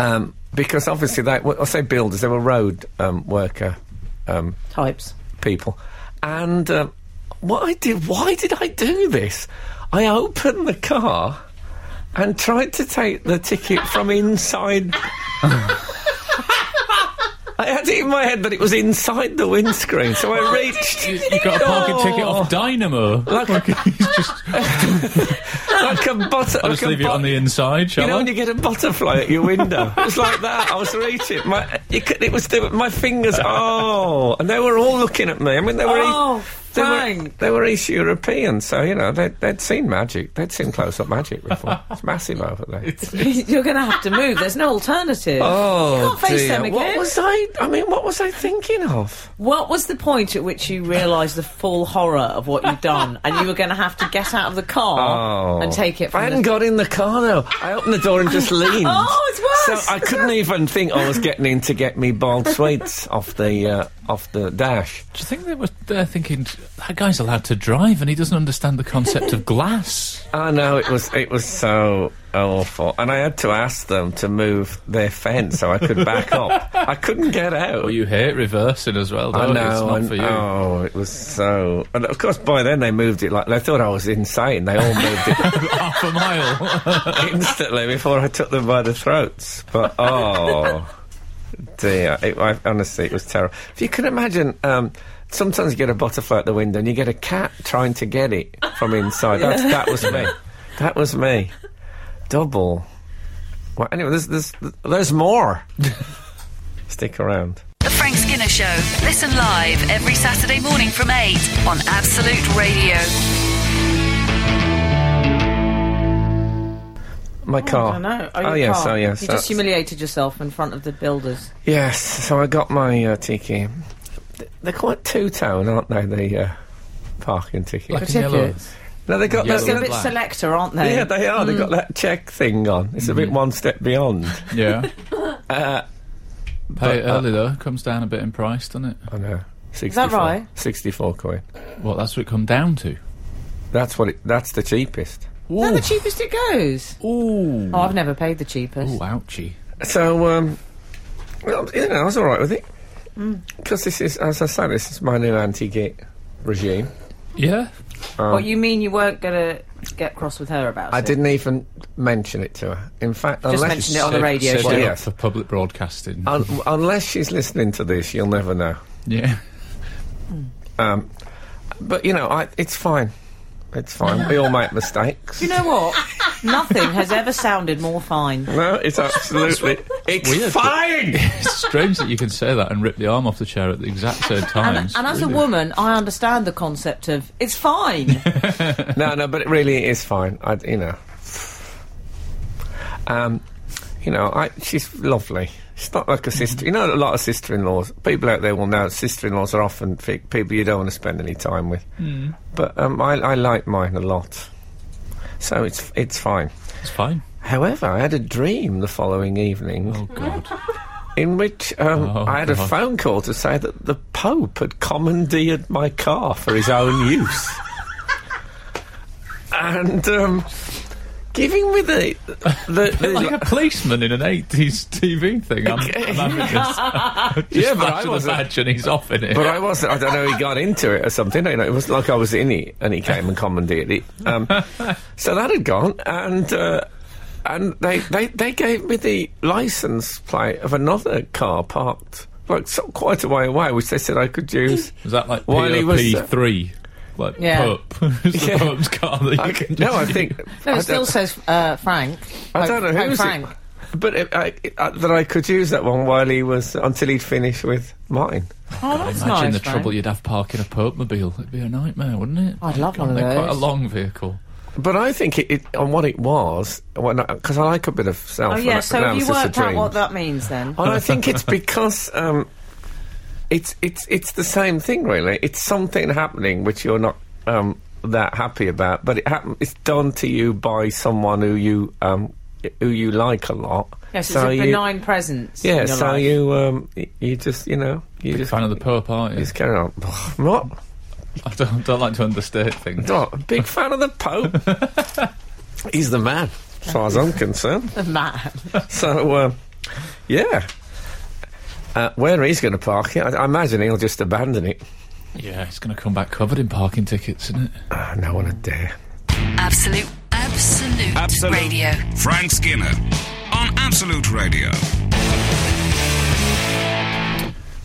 S3: um, because obviously they. Well, I say builders; they were road um, worker um,
S5: Types.
S3: people. And um, what I did? Why did I do this? I opened the car and tried to take the ticket from inside. I had it in my head that it was inside the windscreen, so I reached.
S4: You, you got a parking
S3: Oh.
S4: ticket off Dynamo.
S3: Like, like a butter.
S4: I'll
S3: like
S4: just
S3: a
S4: leave it
S3: bu-
S4: on the inside, shall
S3: You know
S4: I?
S3: when you get a butterfly at your window? it was like that. I was reaching. My, you could, it was the, my fingers. Oh, and they were all looking at me. I mean, they were. East-
S5: Oh,
S3: they were,
S5: Frank. (laughs)
S3: they were East European, so you know they'd, they'd seen magic. They'd seen close-up magic before. It's massive over there.
S5: You're going to have to move. There's no alternative.
S3: Oh
S5: You can't face
S3: dear!
S5: them again.
S3: What was I? I mean, what was I thinking of?
S5: What was the point at which you realised the full horror of what you'd
S3: (laughs)
S5: done and you were going to have to get out of the car
S3: Oh.
S5: and take it
S3: I
S5: from
S3: hadn't
S5: the...
S3: got in the car though. I opened the door and just leaned.
S5: (laughs) Oh, it's worse.
S3: So uh, I
S5: It's
S3: couldn't
S5: worse.
S3: even think I was getting in to get me bald
S4: (laughs)
S3: sweets off the uh, off the dash.
S4: Do you think they were they're thinking that guy's allowed to drive and he doesn't understand the concept of glass?
S3: Oh no, it was it was so awful, and I had to ask them to move their fence so I could back
S4: (laughs)
S3: up. I couldn't get out.
S4: Well, you hate reversing as well,
S3: I
S4: don't you?
S3: know,
S4: It's not
S3: and-
S4: for you.
S3: Oh, it was so. And of course, by then they moved it like they thought I was insane. They all moved
S4: (laughs)
S3: it
S4: (laughs) Half a
S3: (laughs)
S4: mile.
S3: instantly before I took them by the throats. But oh dear, it, I, honestly, it was terrible. If you can imagine, um, sometimes you get a butterfly at the window and you get a cat trying to get it from inside. That's, that was me. That was me. Double. Well, anyway, there's there's, there's more. Stick around.
S1: The Frank Skinner Show. Listen live every Saturday morning from 8 on Absolute Radio.
S3: My car.
S5: I know.
S3: Oh,
S5: you
S3: yes.
S5: can't.
S3: Oh yes.
S5: You
S3: that's-
S5: just humiliated yourself in front of the builders.
S3: Yes, so I got my uh, tiki. Th- They're quite two tone, aren't they? The uh, parking ticket.
S4: Black and
S5: Particulars.
S4: yellow.
S3: no, they got
S4: Yellow
S3: that.
S5: They're a
S4: and
S5: bit
S4: black.
S5: selector, aren't they?
S3: Yeah, they are.
S5: Hmm.
S3: They've got that check thing on. It's a
S4: Hmm.
S3: bit one step beyond.
S4: Yeah.
S3: (laughs) Uh,
S4: Pay it
S3: uh,
S4: early though. Comes down a bit in price, doesn't it?
S3: I know. 64,
S5: right?
S3: 64 coin.
S4: Well, that's what it come down to.
S3: That's what. It, that's the cheapest.
S5: They're the cheapest it goes.
S4: Ooh.
S5: Oh, I've never paid the cheapest.
S4: Ooh, ouchie.
S3: So, um, well, you know, I was all right with it
S5: Hmm.
S3: because this is, as I said, this is my new anti-gay regime.
S4: Yeah.
S5: What you mean you weren't gonna get cross with her about
S3: I
S5: it?
S3: didn't even mention it to her. In fact,
S5: Just
S3: unless
S5: mentioned it on the radio
S4: Set
S5: show.
S4: it up
S3: yeah.
S4: for public broadcasting.
S3: un- unless she's listening to this, you'll never know.
S4: (laughs) yeah.
S3: Um, but you know, I, it's fine. It's fine. We all make mistakes.
S5: (laughs) You
S3: (laughs)
S5: know what? Nothing has ever sounded more fine.
S3: No, it's absolutely. It's
S4: weird, but-
S3: fine.
S4: (laughs) It's strange that you can say that and rip the arm off the chair at the exact same time.
S5: And,
S4: It's
S5: and as a
S4: really-
S5: woman, I understand the concept of it's fine.
S3: no, no, but it really is fine. I, you know, um, you know, I, she's lovely. She's not
S4: Mm-hmm.
S3: like a sister. You know, a lot of sister-in-laws. People out there will know sister-in-laws are often fi- people you don't want to spend any time with.
S4: Mm.
S3: But um, I, I like mine a lot, so it's it's fine.
S4: It's fine.
S3: However, I had a dream the following evening
S4: Oh God.
S3: in which um,
S4: Oh,
S3: I had a
S4: God.
S3: phone call to say that the Pope had commandeered my car for his
S4: (laughs)
S3: own use. And um, giving me the.
S4: (laughs)
S3: the, the
S4: like a policeman in an 80s TV thing. I'm, I'm having
S3: (laughs)
S4: this.
S3: yeah, but
S4: Flash
S3: I
S4: of the
S3: wasn't.
S4: badge and he's off in it.
S3: But I wasn't. I don't know. He got into it or something. You know, it was like I was in it, and he came and commandeered it.
S4: (laughs)
S3: Um, so that had gone, and uh, and they, they they gave me the license plate of another car parked like so, quite a way away, which they said I could use.
S4: Was that like
S3: While he was- uh,
S4: POP3? Like
S5: Yeah.
S4: Pup. (laughs) it's the
S3: (laughs) Yeah.
S4: Pup's car that you
S3: I,
S4: can
S3: no,
S4: just
S3: I
S4: use.
S3: think.
S5: (laughs) No,
S3: I
S5: it still
S3: don't-
S5: says uh, Frank.
S3: I
S5: Pope-
S3: don't know
S5: Pope
S3: who's it-
S5: Frank.
S3: But it, I, it, uh, that I could use that one while he was until he'd finish with mine.
S5: Oh, that's
S4: Imagine
S5: nice.
S4: the
S5: Frank.
S4: trouble you'd have parking a Pope mobile. It'd be a nightmare, wouldn't it?
S5: I'd love
S4: God,
S5: one of
S4: they're Quite a
S5: those.
S4: long vehicle.
S3: But I think it, it on what it was, because I like a bit of self.
S5: Oh yeah.
S3: ana-
S5: So have you
S3: analysis of
S5: worked out
S3: dreams.
S5: what that means then?
S3: Well, I think it's because um, it's it's it's the same thing, really. It's something happening which you're not um, that happy about, but it happen- It's done to you by someone who you um, i- who you like a lot.
S5: Yes,
S3: So
S5: it's
S3: you-
S5: a benign presence.
S3: Yeah,
S5: in your
S3: so
S5: life. (laughs)
S3: you um, y- you just you know you
S4: Big
S3: just
S4: fan of the Pope, aren't
S3: (laughs)
S4: you?
S3: just carry on. what?
S4: I don't, don't like to understate things.
S3: What? Big fan of the Pope.
S4: (laughs)
S3: He's the man, as far as I'm concerned.
S5: The man.
S3: So, um, yeah. Uh, where he's going to park it, I, I imagine he'll just abandon it.
S4: Yeah, it's going to come back covered in parking tickets, isn't it?
S3: Ah, no one would dare.
S1: Absolute, absolute,
S6: Absolute.
S1: radio.
S6: Frank Skinner on Absolute Radio.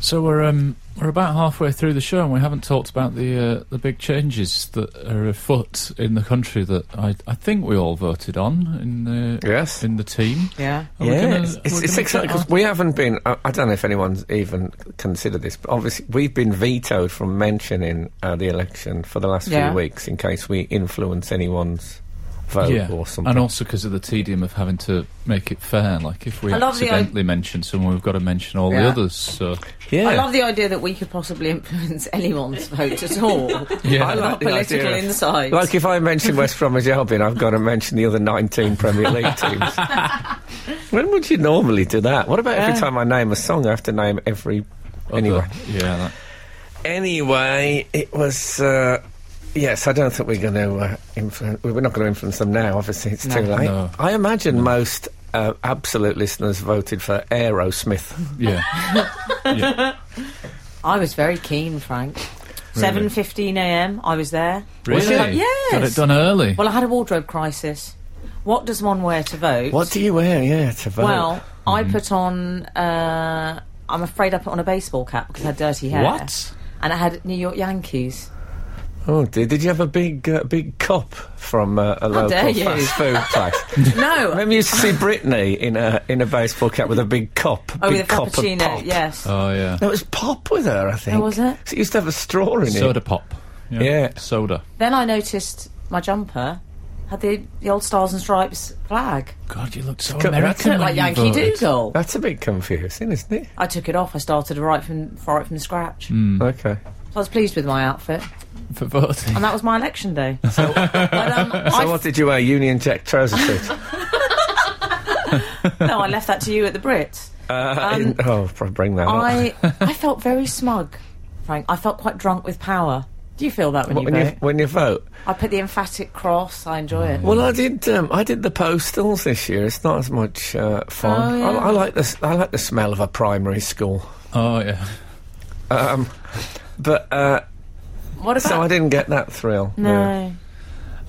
S4: So we're um, we're about halfway through the show, and we haven't talked about the uh, the big changes that are afoot in the country that I, I think we all voted on in the
S3: Yes.
S4: in the team.
S5: Yeah.
S4: Are we gonna-
S3: it's,
S4: we're
S3: it's,
S4: gonna
S3: it's
S4: get
S3: exciting
S4: our-
S3: because we haven't been. I, I don't know if anyone's even considered this, but obviously we've been vetoed from mentioning uh, the election for the last
S5: Yeah.
S3: few weeks in case we influence anyone's vote
S4: yeah,
S3: or something.
S4: and also because of the tedium of having to make it fair. Like if we
S5: I love the um,
S4: accidentally mention someone, we've got to mention all the
S5: Yeah.
S4: others. So
S3: yeah,
S5: I love the idea that we could possibly influence (laughs) anyone's vote at all.
S4: yeah,
S3: I like the
S5: political
S3: idea of-
S5: insight.
S3: Like if I mention West Bromwich Albion, I've got to mention the other 19 Premier
S5: (laughs)
S3: League teams. when would you normally do that? What about every
S5: Yeah.
S3: time I name a song, I have to name every. Anyway,
S4: yeah, that,
S3: anyway, it was. Uh, yes, I don't think we're going to uh, influence. We're not going to influence them now. Obviously, it's too late.
S4: No.
S3: I imagine most uh, absolute listeners voted for Aerosmith.
S5: (laughs)
S4: yeah.
S5: I was very keen, Frank. Seven fifteen a.m. I was there.
S4: Really?
S5: Yes.
S4: Got it done early.
S5: Well, I had a wardrobe crisis. What does one wear to vote?
S3: what do you wear? Yeah, to vote. Mm-hmm.
S5: Well, I put on. Uh, I'm afraid I put on a baseball cap because I had dirty hair.
S4: What?
S5: And I had New York Yankees.
S3: oh, did, did you have a big, uh, big cup from uh, a local
S5: dare you.
S3: fast food place?
S5: (laughs) No.
S3: Remember you used to see Britney in a in a baseball cap with a big cup, big
S5: Oh, with a
S3: cup of
S5: cappuccino.
S3: pop.
S5: Yes.
S4: Oh yeah,
S3: No, it was pop with her, I think.
S5: Oh, was it?
S3: So it used to have a straw in
S4: soda
S3: it.
S4: pop.
S3: Yeah.
S4: soda.
S5: Then I noticed my jumper had the, the old Stars and Stripes flag.
S4: God, you look so
S3: Got-
S4: American.
S3: that's
S5: Looked
S4: when
S5: like
S4: Oh, you
S5: Yankee
S4: voted.
S5: Doodle.
S3: That's a bit confusing, isn't it?
S5: I took it off. I started right from right from scratch.
S3: Okay.
S5: So I was pleased with my outfit.
S4: for voting.
S5: and that was my election day. So, but, um, I,
S3: So what did you wear? Union Jack trouser
S5: (laughs)
S3: suit. Uh,
S5: no, I left that to you at the Brits.
S3: Uh, in- oh, probably bring that up.
S5: Um, I I felt very smug, Frank. I felt quite drunk with power. Do you feel that when
S3: What,
S5: you
S3: when, you,
S5: vote?
S3: when you vote.
S5: I put the emphatic cross. I enjoy it.
S3: Well, I did. Um, I did the postals this year. It's not as much uh, fun.
S5: Oh, yeah.
S3: I, I like the s- I like the smell of a primary school.
S4: oh yeah.
S3: Um, but uh,
S5: What
S3: (laughs)
S5: about?
S3: so I didn't get that thrill.
S5: no.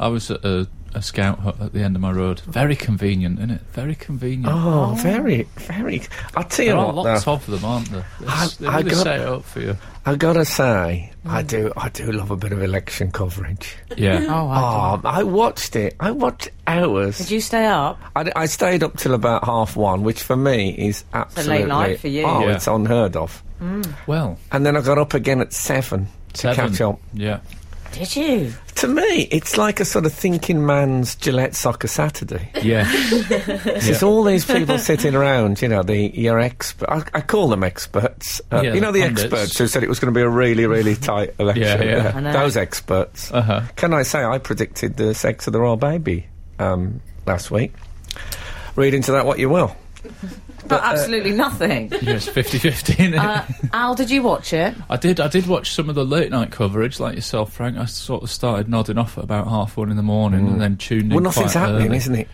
S4: I was at a, a scout hut at the end of my road. Very convenient, isn't it? Very convenient.
S3: Oh, very, very. I'll tell you
S4: there are
S3: what.
S4: lots
S3: though,
S4: of them, aren't there? They,
S3: I-
S4: s- they
S3: I
S4: really
S3: got-
S4: set it up for you.
S3: I gotta say,
S5: Mm.
S3: I do. I do love a bit of election coverage.
S4: Yeah.
S5: Oh, I
S3: (laughs) Oh, I watched it. I watched hours.
S5: did you stay up?
S3: I, I stayed up till about half one, which for me is absolutely
S5: night for you.
S3: Oh,
S4: Yeah.
S3: it's unheard of.
S4: well,
S3: And then I got up again at seven to
S4: seven.
S3: catch up.
S4: Yeah.
S5: Did you?
S3: To me, it's like a sort of thinking man's Gillette Soccer Saturday. (laughs)
S4: Yeah.
S3: It's just all these
S4: (laughs)
S3: people sitting around, you know, the your expert. I, I call them experts. Uh,
S4: Yeah,
S3: you know, the
S4: pundits.
S3: experts who said it was going to be a really,
S4: (laughs)
S3: really tight election.
S4: yeah.
S5: I know.
S3: Those experts.
S4: Uh-huh.
S3: Can I say I predicted the sex of the royal baby um, last week? Read into that what you will.
S5: But uh, absolutely (laughs) nothing.
S4: Yeah, it's 50 50.
S5: Uh, Al, did you watch it?
S4: I did. I did watch some of the late night coverage, like yourself, Frank. I sort of started nodding off at about half one in the morning, and then tuned in.
S3: Mm. Well, nothing's
S4: quite
S3: happening,
S4: early.
S3: isn't it?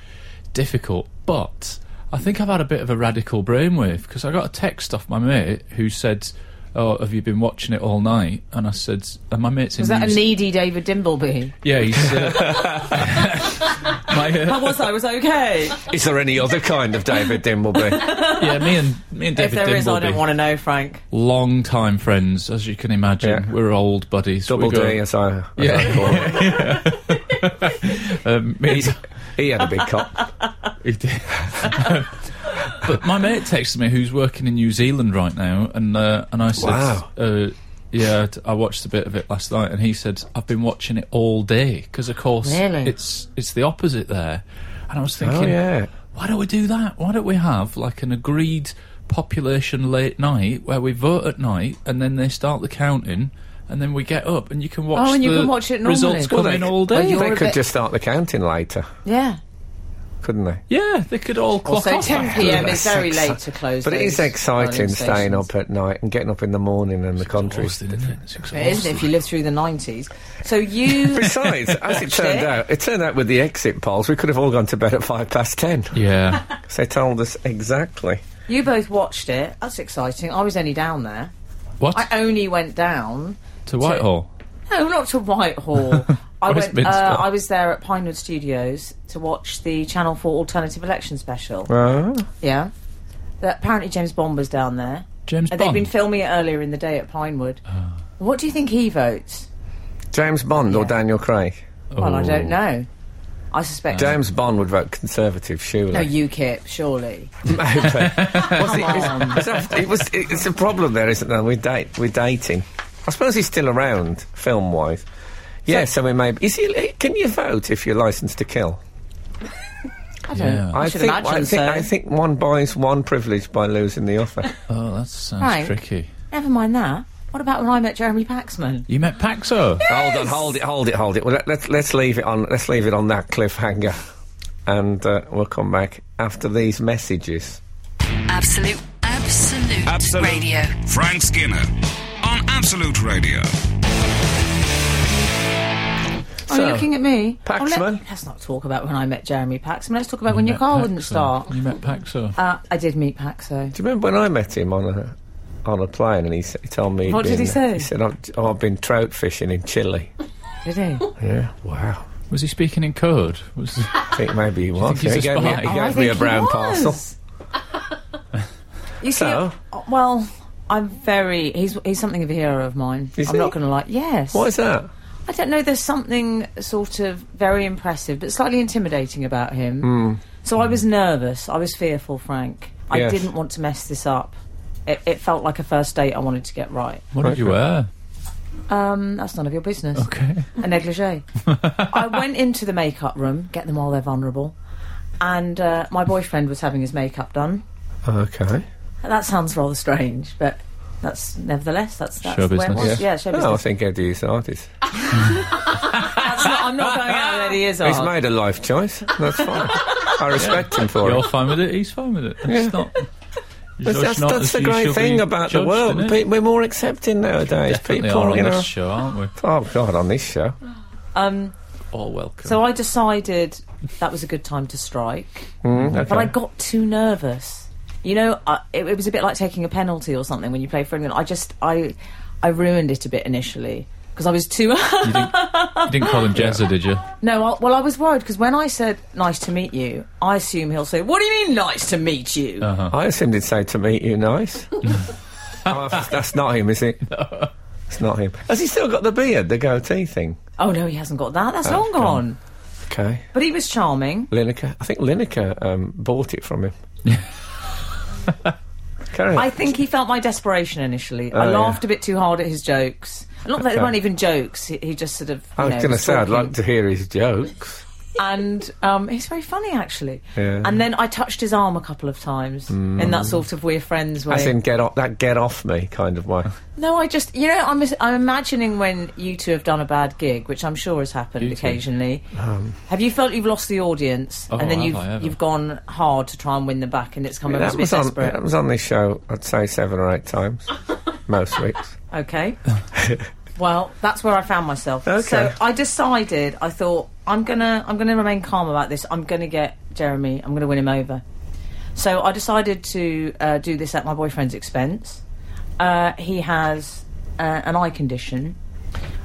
S4: Difficult, but I think I've had a bit of a radical brainwave because I got a text off my mate who said, "Oh, have you been watching it all night?" And I said, "And my mate's in
S5: Was that a
S4: New-
S5: needy David Dimbleby?
S4: Yeah,
S3: (laughs)
S4: he's uh, my, uh,
S5: I was. I was okay.
S3: Is there any other kind of David
S4: (laughs)
S3: Dimbleby?
S4: yeah, me and me and
S5: if
S4: David
S5: there is, I don't
S4: Dimbleby,
S5: want to know, Frank.
S4: long time friends, as you can imagine.
S3: Yeah.
S4: We're old buddies. We
S3: Double
S4: go-
S3: D, as I, as I call
S4: Yeah, (laughs)
S3: it.
S4: um, (laughs) me and-
S3: He's- he had a big cock.
S4: He did. but my mate texted me who's working in New Zealand right now, and uh, and I said,
S3: Wow.
S4: uh, "Yeah, t- I watched a bit of it last night." And he said, "I've been watching it all day because, of course,
S5: Really?
S4: it's it's the opposite there." And I was thinking,
S3: Oh, yeah.
S4: why don't we do that? Why don't we have like an agreed population late night where we vote at night and then they start the counting?" And then we get up, and you can watch.
S5: Oh, and you
S4: the
S5: can watch it normally.
S4: Results
S5: Well,
S4: come in
S5: well,
S4: all day.
S5: you're
S3: They
S5: a
S3: could
S5: bit-
S3: just start the counting later,
S5: Yeah.
S3: couldn't they?
S4: yeah, they could all clock
S5: Also,
S4: off
S5: 10
S4: after
S5: p.m.
S4: that.
S5: is very
S3: Exci-
S5: late to close.
S3: But it
S5: those
S3: is exciting
S5: polling
S3: staying
S5: stations.
S3: up at night and getting up in the morning and the country.
S4: Exhausting, isn't it? It's
S5: It is
S4: exhausting.
S5: if you live through the 90s. So you.
S3: (laughs)
S5: (laughs)
S3: Besides, as it
S5: Watched
S3: turned
S5: it.
S3: out, it turned out with the exit polls, we could have all gone to bed at five past ten.
S5: (laughs)
S4: Yeah.
S3: 'Cause they told us exactly.
S5: You both watched it. That's exciting. I was only down there.
S4: What?
S5: I only went down.
S4: to Whitehall?
S5: No, not
S3: (laughs)
S5: to Whitehall. I went.
S4: Westminster.
S5: Uh, I was there at Pinewood Studios to watch the Channel Four Alternative Election Special.
S3: Oh,
S5: Yeah. That apparently James Bond was down there.
S4: James
S5: And
S4: Bond.
S5: They've been filming it earlier in the day at Pinewood.
S3: Ah.
S5: What do you think he votes?
S3: James Bond or
S5: Yeah.
S3: Daniel Craig?
S5: Well, I don't
S4: Oh.
S5: know. I suspect.
S3: James Bond would vote Conservative, surely. (laughs)
S5: (laughs) no, UKIP, surely.
S3: Maybe. Was it,
S5: (laughs) on.
S3: it's, it's, it was, it- it's a problem there, isn't there? We're, date, we're dating. I suppose he's still around, film wise. Yeah, so, we may. Is he, can you vote if you're licensed to kill?
S5: I don't.
S4: Yeah.
S5: I, should
S3: think,
S5: imagine
S3: I, think,
S5: so.
S3: I think one buys one privilege by losing the other.
S4: Oh, that sounds
S5: Frank.
S4: tricky.
S5: Never mind that. What about when I met Jeremy Paxman?
S4: You met Paxo.
S3: (laughs) Hold on, hold it, hold it, hold it. Well, let, let's let's leave it on. Let's leave it on that cliffhanger, and uh, we'll come back after these messages.
S1: Absolute, absolute,
S6: Absolute.
S1: radio.
S6: Frank Skinner on Absolute Radio.
S5: Are you looking at me? Oh, let-
S3: Paxman?
S5: let's not talk about when I met Jeremy Paxman. Let's talk about (laughs) when your car wouldn't start.
S4: You met Paxo.
S5: Uh, I did meet Paxo.
S3: Do you remember when I met him on a on a plane, and he, s- he told me he'd
S5: What did
S3: been-
S5: he say?
S3: He said, I've, oh, "I've been trout fishing in Chile." (laughs)
S5: Did he? Oh,
S3: Yeah, wow.
S4: Was he speaking in code? Was
S3: I think maybe he was.
S4: think he's
S3: he
S4: a
S3: gave me,
S4: spy?
S3: he
S4: Oh,
S5: I
S3: gave me a
S5: think he
S3: brown
S5: was.
S3: parcel.
S5: (laughs) You see,
S3: So?
S5: uh, well, I'm very. He's he's something of a hero of mine.
S3: Is
S5: I'm not
S3: he?
S5: going to lie. Yes.
S3: What is that?
S5: I don't know. There's something sort of very impressive, but slightly intimidating about him.
S4: Hmm.
S5: So I was nervous. I was fearful, Frank. I
S3: Yes.
S5: didn't want to mess this up. It, it felt like a first date I wanted to get right.
S4: what did you wear?
S5: Um, that's none of your business.
S4: Okay.
S5: a
S4: (laughs)
S5: negligee. I went into the makeup room, get them while they're vulnerable, and uh, my boyfriend was having his makeup done.
S3: Okay.
S5: That sounds rather strange, but That's nevertheless, that's, that's
S4: Show
S5: where it
S4: business. Oh.
S5: was. Yeah, show
S3: No, Oh, I
S5: business.
S3: think Eddie is an artist.
S5: That's not, I'm not going out with Eddie
S4: (laughs)
S5: Izzard.
S3: He's made a life choice. That's fine. I respect him for
S4: You're
S3: it.
S4: fine with it. He's fine with it. That's not.
S3: That's,
S4: judged
S3: that's,
S4: not
S3: that's
S4: as
S3: the
S4: you
S3: great
S4: shall
S3: thing
S4: be
S3: about the
S4: judged,
S3: world.
S4: innit?
S3: Pe- we're more accepting nowadays.
S4: Definitely
S3: People,
S4: are on
S3: you know.
S4: this show, aren't we?
S3: Oh God, on this show.
S5: um,
S4: All welcome.
S5: so I decided that was a good time to strike, but I got too nervous. You know, I, it, it was a bit like taking a penalty or something when you play for England. I just, I, I ruined it a bit initially because I was too. (laughs)
S4: you, didn't, you didn't call him Jezza, did you?
S5: No, I, well, I was worried because when I said "nice to meet you," I assume he'll say, "What do you mean, nice to meet you?"
S4: Oh.
S3: I assumed he'd say to meet you
S4: (laughs)
S3: nice. Oh, that's not him, is it? It's not him. Has he still got the beard, the goatee thing?
S5: Oh no, he hasn't got that. That's long gone.
S3: Okay.
S5: But he was charming.
S3: Lineker. I think Lineker um, bought it
S4: (laughs)
S3: from him. Carry on.
S5: I think he felt my desperation initially. I
S3: Oh, yeah.
S5: laughed a bit too hard at his jokes. Not that they
S3: Okay.
S5: weren't even jokes. He, he just sort of. You
S3: I was
S5: know,
S3: going to
S5: was
S3: say I'd
S5: talking.
S3: like to hear his jokes.
S5: And um, he's very funny actually.
S3: Yeah. Mm.
S5: And then I touched his arm a couple of times in that sort of we're friends way.
S3: As in, get off that get off me kind of way.
S5: No, I just you know I'm I'm imagining when you two have done a bad gig, which I'm sure has happened
S4: two.
S5: occasionally.
S3: Um,
S5: have you felt you've lost the audience,
S4: Oh,
S5: and then
S4: have
S5: you've
S4: I ever.
S5: you've gone hard to try and win them back, and it's come across
S3: that
S5: a bit
S3: was on.
S5: desperate?
S3: That was on this show. I'd say seven or eight
S5: (laughs)
S3: times, most weeks. (laughs)
S5: Okay. well, that's where I found myself.
S3: Okay.
S5: So I decided. I thought I'm gonna I'm gonna remain calm about this. I'm gonna get Jeremy. I'm gonna win him over. So I decided to uh, do this at my boyfriend's expense. Uh, he has uh, an eye condition,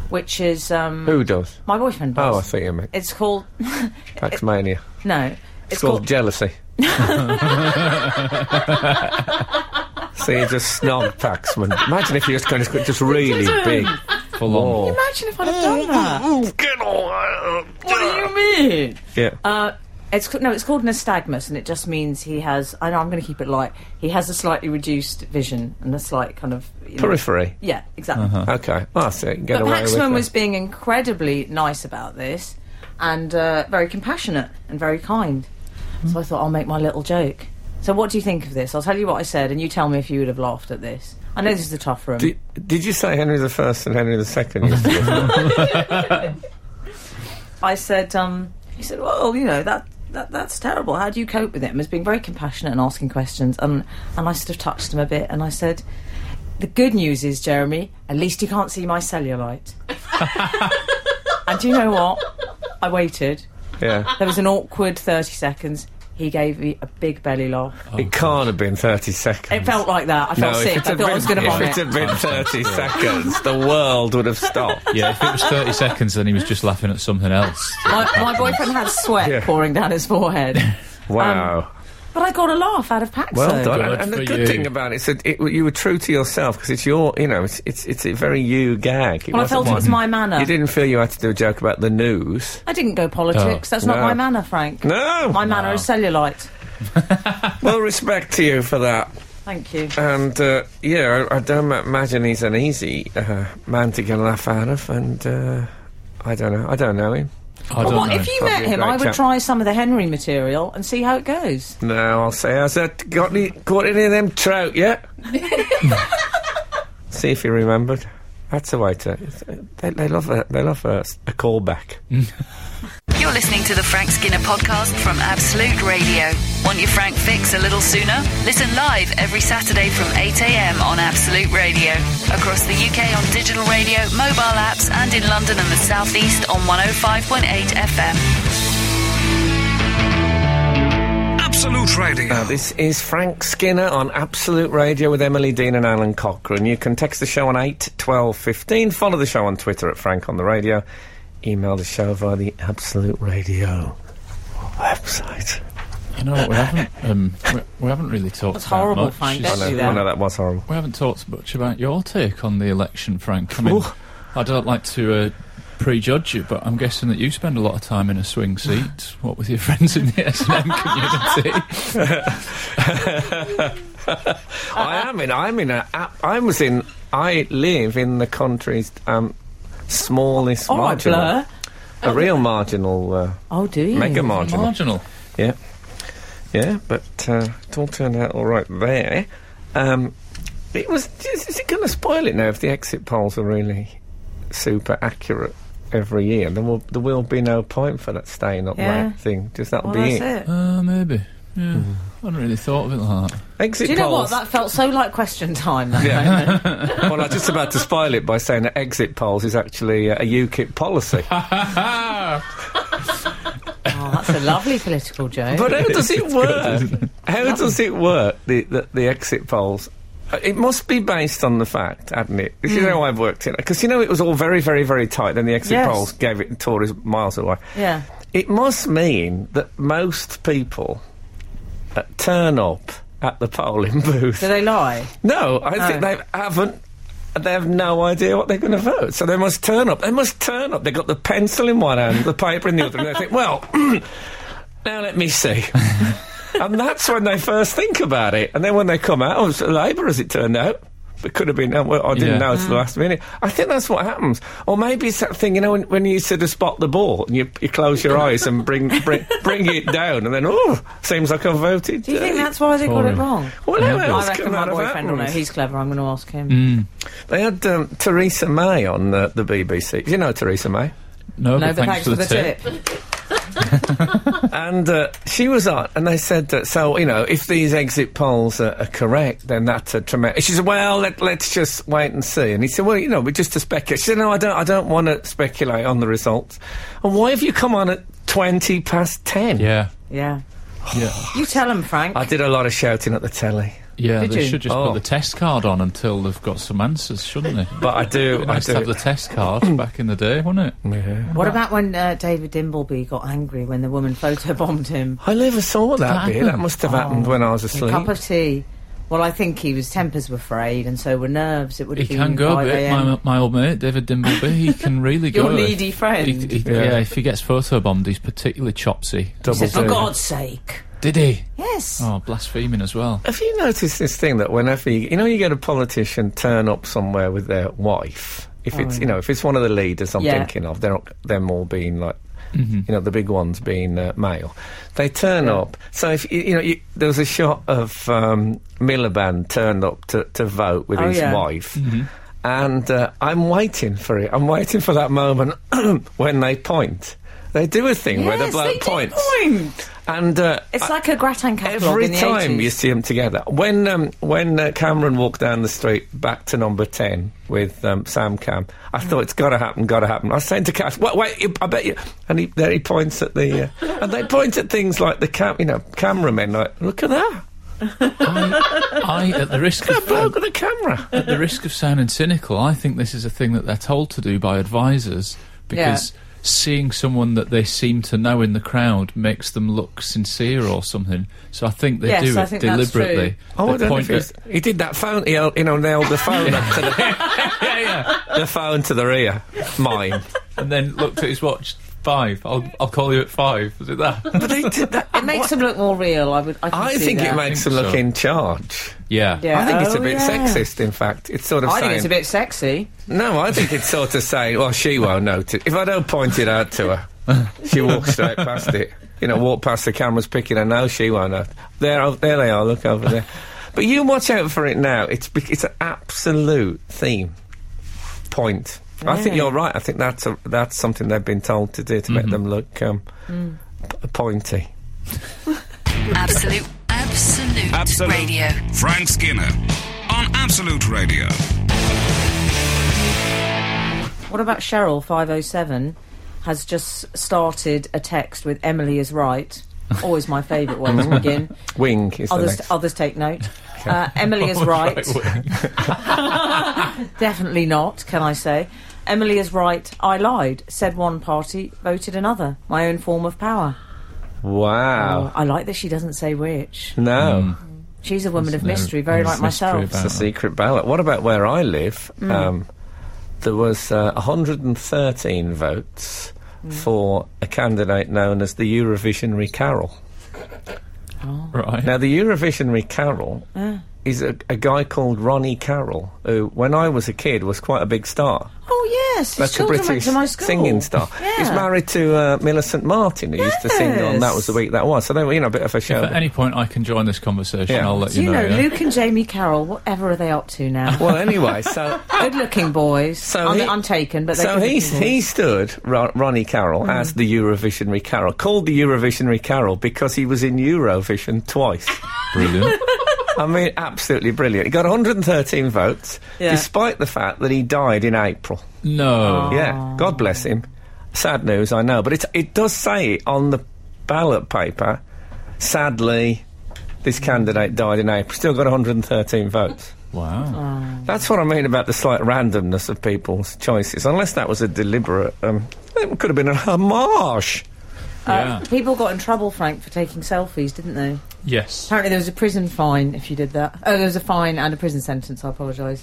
S5: which is um,
S3: Who does?
S5: my boyfriend does.
S3: Oh, I see you meant
S5: It's called (laughs)
S3: Pax Mania.
S5: no.
S3: It's called
S5: (laughs)
S3: jealousy. so you just snog Paxman. Imagine if you're just going to just
S5: (laughs)
S3: really big.
S4: Full on.
S3: Oh,
S5: Imagine if I'd have done that.
S3: get on!
S5: What do you mean?
S3: Yeah.
S5: Uh, it's ca- no, it's called nystagmus, and it just means he has. I know I'm going to keep it light. He has a slightly reduced vision and a slight kind of you know-
S3: Periphery.
S5: Yeah, exactly.
S3: Uh-huh. Okay. Well, so you can get
S5: But
S3: away with
S5: Paxman
S3: it.
S5: was being incredibly nice about this, and uh, very compassionate and very kind. So I thought I'll make my little joke. So what do you think of this? I'll tell you what I said, and you tell me if you would have laughed at this. I know this is a tough room.
S3: Did, did you say Henry the First and Henry the
S5: (laughs)
S3: Second? used to do that?
S5: I said, um, he said, well, you know, that, that that's terrible. How do you cope with it? And was being very compassionate and asking questions. And, and I sort of touched him a bit and I said, the good news is, Jeremy, at least you can't see my cellulite. (laughs) and do you know what? I waited.
S3: yeah.
S5: There was an awkward 30 seconds. He gave me a big belly laugh.
S3: it can't have been thirty seconds.
S5: It felt like that. I felt
S3: if
S5: sick.
S3: it
S5: I
S3: had
S5: thought I was going
S3: been- if
S5: to
S3: it
S5: vomit.
S3: had been thirty seconds, the world would have stopped.
S5: Um,
S4: Yeah, if it was 30 seconds, then he was just laughing at something else.
S5: My, my boyfriend had
S3: (laughs)
S5: sweat
S3: Yeah.
S5: pouring down his
S3: (laughs)
S5: forehead.
S3: Wow.
S5: But I got a laugh out of Paxo.
S3: Well done.
S4: Good
S3: And, and
S4: for
S3: the good
S4: you.
S3: thing about it is that it, you were true to yourself because it's your, you know, it's it's, it's a very you gag. It
S5: Well, I
S3: wasn't
S5: felt it was
S3: one-
S5: my manner.
S3: You didn't feel you had to do a joke about the news.
S5: I didn't go politics. That's not
S3: Oh. No.
S5: my manner, Frank.
S3: No.
S5: My manner is cellulite.
S3: well, respect to you for that.
S5: Thank you.
S3: And uh, yeah, I, I don't ma- imagine he's an easy uh, man to get a laugh out of. And uh, I don't know. I don't know him.
S4: I
S5: But
S4: don't
S5: what,
S4: know.
S5: if you
S3: That'd
S5: met
S3: be a
S5: him,
S3: great
S5: I would
S3: chap.
S5: try some of the Henry material and see how it goes.
S3: No, I'll say, has that got any got any of them trout yet? See if he remembered. That's the way to. They, they love a, they love a, a callback.
S1: You're listening to the Frank Skinner podcast from Absolute Radio. Want your Frank fix a little sooner? Listen live every Saturday from 8 a.m. on Absolute Radio. Across the UK on digital radio, mobile apps, and in London and the South East on 105.8 FM.
S6: Absolute Radio.
S3: Now, this is Frank Skinner on Absolute Radio with Emily Dean and Alan Cochrane. You can text the show on 8 12 15. Follow the show on Twitter at Frank on the Radio. Email the show via the Absolute Radio website.
S4: You know what? We haven't, um, we, we haven't really talked
S5: That's
S4: about
S5: horrible,
S4: much.
S5: Frank.
S4: It's-
S5: Don't
S3: I
S5: do
S3: know, I
S5: that.
S3: know that was horrible.
S4: We haven't talked much about your take on the election, Frank. I mean, I don't like to uh, prejudge you, but I'm guessing that you spend a lot of time in a swing seat. what with your friends in the S&M community?
S3: I am in. I'm in a. a- I was in. I live in the country's um, smallest
S5: All Oh, right,
S3: marginal,
S5: Blur.
S3: a real marginal, uh,
S5: Oh, do you?
S3: mega marginal.
S4: Marginal.
S3: Yeah, yeah. But uh, it all turned out all right there. Um, It was. Is, is it going to spoil it now if the exit polls are really super accurate every year? There will there will be no point for that staying up
S5: Yeah.
S3: that thing. Just that'll
S5: Well,
S3: be
S5: that's it.
S4: Uh, maybe. Yeah. I hadn't really thought of it like that.
S3: Exit
S5: Do you know what?
S3: polls.
S5: That felt so like
S3: (laughs)
S5: question time. That moment.
S3: well, I was just about to spoil it by saying that exit polls is actually uh, a UKIP policy.
S5: Oh, that's a lovely political joke.
S3: But how does it work? How does it work? The, the the exit polls. Uh, It must be based on the fact, hadn't it? This is how I've worked it. Because you know it was all very, very, very tight. Then the exit
S5: Hmm. Yes.
S3: polls gave it Tories miles away.
S5: yeah.
S3: It must mean that most people uh, turn up at the polling (laughs) booth.
S5: Do they lie?
S3: No, I think
S5: No.
S3: they haven't. They have no idea what they're going to vote, so they must turn up. They must turn up. They've got the pencil in one hand, the paper in the other, and they think, "Well, (clears throat) now let me
S5: (laughs)
S3: see." and that's when they first think about it. And then when they come out, oh, it's Labour, as it turned out. It could have been. oh, Well, I didn't
S4: Yeah.
S3: know until
S5: Mm.
S3: the last minute. I think that's what happens. Or maybe it's that thing, you know, when, when you used to just spot the ball and you, you close your eyes and bring bring, bring it down, and then oh, seems like I voted. uh,
S5: Do you think that's why they got it
S4: Boring.
S5: wrong?
S3: Well, how
S4: I
S3: else
S5: I reckon
S3: can
S5: my
S3: that have
S5: boyfriend will know.
S3: happened?
S5: He's clever. I'm going to ask him.
S3: Mm, They had um, Theresa May on uh, the, the BBC. You know Theresa May,
S4: No,
S5: No,
S4: but thanks, for the, tip.
S3: and uh, she was on, and they said that. So you know, if these exit polls are, are correct, then that's a tremendous. She said, "Well, let, let's just wait and see." And he said, "Well, you know, we're just to speculate." She said, "No, I don't. I don't want to speculate on the results." And why have you come on at twenty past ten?
S4: Yeah.
S5: Yeah.
S4: Yeah.
S5: You tell him, Frank.
S3: I did a lot of shouting at the telly,
S4: Yeah,
S5: Did
S4: they
S5: you?
S4: should just
S3: Oh.
S4: put the test card on until they've got some answers, shouldn't they?
S3: but I
S4: (laughs)
S3: do. I
S4: Nice
S3: do.
S4: to have the test card back in the day, wasn't it?
S3: Yeah.
S5: what about when uh, David Dimbleby got angry when the woman photobombed him?
S3: I never saw that.
S4: (laughs) that
S3: bit. That
S4: happen?
S3: must have happened when I
S4: Oh.
S3: was
S5: A
S3: asleep.
S5: cup of tea. Well, I think he was tempers were frayed, and so were nerves. It would
S4: He
S5: have been
S4: can go a
S5: 5
S4: bit.
S5: a.m.
S4: My, my old mate, David Dimbleby, he can
S5: (laughs)
S4: really go.
S5: Your needy friend.
S4: He- he-
S3: Yeah.
S4: yeah. if he gets photobombed, he's particularly chopsy.
S3: Double
S5: Said, for
S3: D.
S5: God's sake.
S4: Did he?
S5: Yes.
S4: Oh, blaspheming
S5: (laughs)
S4: as well.
S3: Have you noticed this thing that whenever you, you know you get a politician turn up somewhere with their wife, if it's you know if it's one of the leaders I'm
S5: Oh. Yeah.
S3: thinking of, they're not, them all being like. You know the big ones being uh, male, they turn up. So if you, you know, you, there was a shot of um, Miliband turned up to, to vote with
S5: Oh,
S3: his
S5: yeah.
S3: wife, and uh, I'm waiting for it. I'm waiting for that moment (clears throat) when they point. They do a thing where the
S5: yes, they
S3: bloke
S5: did
S3: points,
S5: point.
S3: and uh,
S5: It's like a gratin catalogue
S3: Every
S5: in the
S3: time
S5: 80s.
S3: you see them together. When um, when uh, Cameron walked down the street back to number 10 with um, Sam Cam, I thought it's got to happen, got to happen. I was saying to Cash, wait, wait, you- I bet you. And he, then he points at the. Uh, (laughs) and they point at things like the cam, you know, cameramen, like, look at that.
S4: I, at the risk
S3: That
S4: of
S3: bloke with a camera.
S4: at the risk of sounding cynical, I think this is a thing that they're told to do by advisors because seeing someone that they seem to know in the crowd makes them look sincere or something. So I think they
S5: Yes,
S4: do
S5: I
S4: it
S5: think that's
S4: deliberately.
S3: Oh, I
S4: they
S3: don't know if
S4: point
S3: he's,
S4: at,
S3: he did that phone. He held, you know, nailed the phone up to the, (laughs)
S4: yeah, yeah,
S3: the phone to the ear. Mine.
S4: and then looked at his watch. Five. I'll, I'll call you at five. Is it that?
S3: But they did that. (laughs)
S5: It makes them look more real. I would. I, can
S3: I
S5: see
S3: think
S5: that.
S3: it makes
S4: I
S3: them
S4: think
S3: look
S4: so.
S3: in charge.
S4: Yeah.
S5: Yeah.
S3: I think it's a
S5: Oh,
S3: bit
S5: yeah.
S3: sexist. In fact, it's sort of.
S5: I
S3: saying,
S5: think it's a bit sexy.
S3: No, I think it's sort of saying, "Well, she won't notice if I don't point it out to her." she walks straight past it. You know, walk past the cameras picking her nose. She won't know. There, oh, there they are. Look over there. But you watch out for it now. It's bec- it's an absolute theme point. I think
S5: Really?
S3: you're right. I think that's a, that's something they've been told to do to make them look um, p- pointy.
S1: Absolute, absolute,
S2: Absolute.
S1: radio.
S6: Frank Skinner on Absolute Radio.
S5: What about Cheryl five oh seven? Has just started a text with Emily is
S4: (laughs)
S5: right. Always my favourite one to begin.
S3: Wing is the
S5: Others,
S3: next.
S5: others take note. Uh, Emily
S4: (laughs)
S5: is (laughs) (laughs) right. Definitely not, can I say? Emily is right. I lied. Said one party, voted another. My own form of power. Oh,
S3: wow.
S5: I like that she doesn't say which.
S3: No.
S5: She's a woman of
S4: no-
S5: mystery, very
S4: there's
S5: like
S4: mystery
S5: myself.
S4: about-
S3: It's a secret ballot. What about where I live?
S5: Mm.
S3: Um, there was uh, 113 votes
S5: Mm.
S3: for a candidate known as the Eurovisionary Carol.
S4: Right.
S5: Ah.
S3: Now, the Eurovisionary Carol is a, a guy called Ronnie Carroll, who, when I was a kid, was quite a big star.
S5: Oh yes, his
S3: Like a
S5: children went
S3: British
S5: to my school.
S3: singing star.
S5: Yeah.
S3: He's married to uh, Millicent Martin, who used to sing on
S5: Yes.
S3: That Was the Week That Was. So they were, you know, a bit of a show.
S4: If at any point I can join this conversation,
S3: Yeah.
S4: I'll let
S5: Do
S4: you,
S5: you know,
S4: yeah?
S5: Luke and Jamie Carroll, whatever are they up to now?
S3: well, anyway, so
S5: (laughs) Good looking boys.
S3: So
S5: I'm,
S3: he-
S5: I'm taken, but they're
S3: so
S5: good
S3: he
S5: looking boys.
S3: he stood Ro- Ronnie Carroll
S5: Mm.
S3: as the Eurovisionary Carroll, called the Eurovisionary Carroll because he was in Eurovision
S5: (laughs)
S3: twice.
S4: Brilliant.
S3: I mean, absolutely brilliant. He got 113 votes,
S5: Yeah.
S3: despite the fact that he died in April.
S5: Oh.
S4: No.
S3: Yeah, God bless him. Sad news, I know, but it it does say on the ballot paper. Sadly, this candidate died in April. Still got 113 votes.
S5: Oh.
S4: Wow.
S3: That's what I mean about the slight randomness of people's choices. Unless that was a deliberate, um, it could have been a homage.
S4: Yeah.
S5: People got in trouble, Frank, for taking selfies, didn't they?
S4: yes.
S5: Apparently, there was a prison fine if you did that. Oh, there was a fine and a prison sentence. I apologise.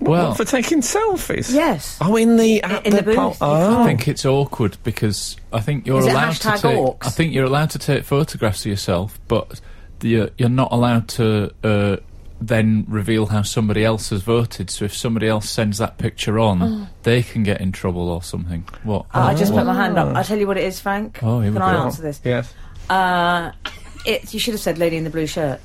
S4: Well,
S3: What, for taking selfies.
S5: Yes.
S3: Oh, in the at
S5: in the booth,
S3: pol-
S5: you
S3: Oh.
S4: I think it's awkward because I think you're
S5: Is it
S4: allowed to
S5: hashtag
S4: take.
S5: orcs?
S4: I think you're allowed to take photographs of yourself, but you're, you're not allowed to uh, then reveal how somebody else has voted. So if somebody else sends that picture on, they can get in trouble or something. What?
S5: Oh. I just
S4: What?
S5: put my hand up. I'll tell you what it is, Frank.
S4: Oh, here we
S5: Can I
S4: go.
S5: answer this?
S3: Yes.
S5: Uh, it, you should have said lady in the blue shirt.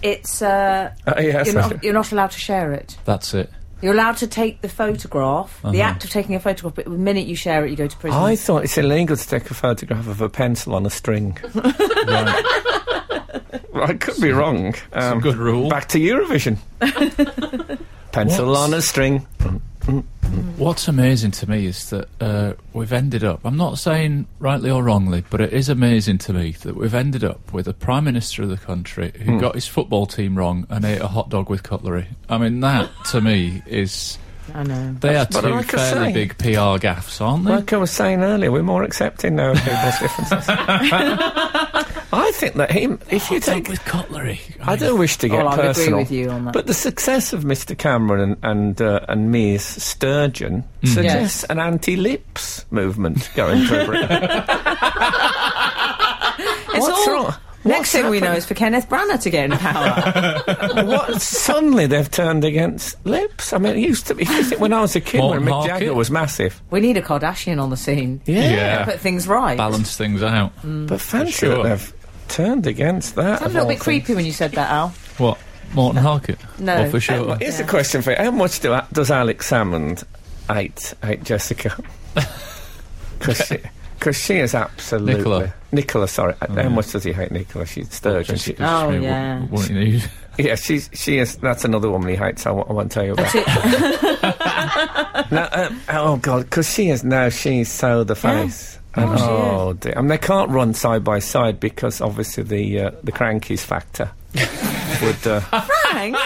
S5: It's, uh,
S3: Uh, yes.
S5: you're, not, you're not allowed to share it.
S4: That's it.
S5: You're allowed to take the photograph,
S4: Uh-huh.
S5: the act of taking a photograph, but the minute you share it, you go to prison.
S3: I thought it's illegal to take a photograph of a pencil on a
S5: (laughs)
S3: string. Well, I could be wrong.
S4: It's a
S3: Um,
S4: good rule.
S3: back to
S5: (laughs)
S3: Eurovision. pencil
S4: What's-
S3: on a string.
S4: What's amazing to me is that uh, we've ended up, I'm not saying rightly or wrongly, but it is amazing to me that we've ended up with a Prime Minister of the country
S3: Hmm.
S4: who got his football team wrong and ate a hot dog with cutlery. I mean, that to me is.
S5: I know.
S4: They are
S3: But
S4: two
S3: like I
S4: fairly
S3: say-
S4: big PR gaffes, aren't they?
S3: Like I was saying earlier, we're more accepting now of people's
S5: (laughs)
S3: differences. I think that him, if you
S4: hot
S3: take
S4: dog with cutlery. Oh,
S3: I do wish to get
S5: Well, I'd agree
S3: personal.
S5: with you on that.
S3: But the success of Mr. Cameron and and, uh, and Ms. Sturgeon suggests an anti-lips movement going through
S5: (laughs)
S3: Britain.
S5: It's
S3: What's
S5: all-
S3: wrong?
S5: Next thing we know is for Kenneth Branagh to get in
S4: (laughs)
S5: power.
S3: what suddenly they've turned against lips? I mean, it used to be you think when I was a kid, when
S4: Morton
S3: Mick
S4: Harkett.
S3: Jagger was massive.
S5: we need a Kardashian on the scene.
S4: Yeah.
S5: Put things right.
S4: Balance things out.
S3: but fancy
S4: sure.
S3: that they've turned against that.
S5: I'm a
S3: of
S5: little
S3: all
S5: bit creepy when you said that,
S4: (laughs)
S5: Al.
S4: What? Morton Harkett?
S5: No.
S4: Or for
S3: things.
S4: sure.
S3: Well, here's a question for you: How much do, does Alex Salmond hate hate Jessica? Because she. Because she is absolutely
S4: Nicola.
S3: Nicola, sorry. How much does he hate Nicola? She's Sturgeon. She-
S5: Oh,
S4: She wou-
S5: yeah.
S4: wouldn't need- (laughs)
S3: Yeah, she's she is. That's another woman he hates. I w- I won't tell you about. (laughs) no, um, oh God, because she is now. She's so the face. And,
S5: she
S3: oh dear. I mean, they can't run side by side because obviously the uh, the crankies factor would uh,
S5: Frank!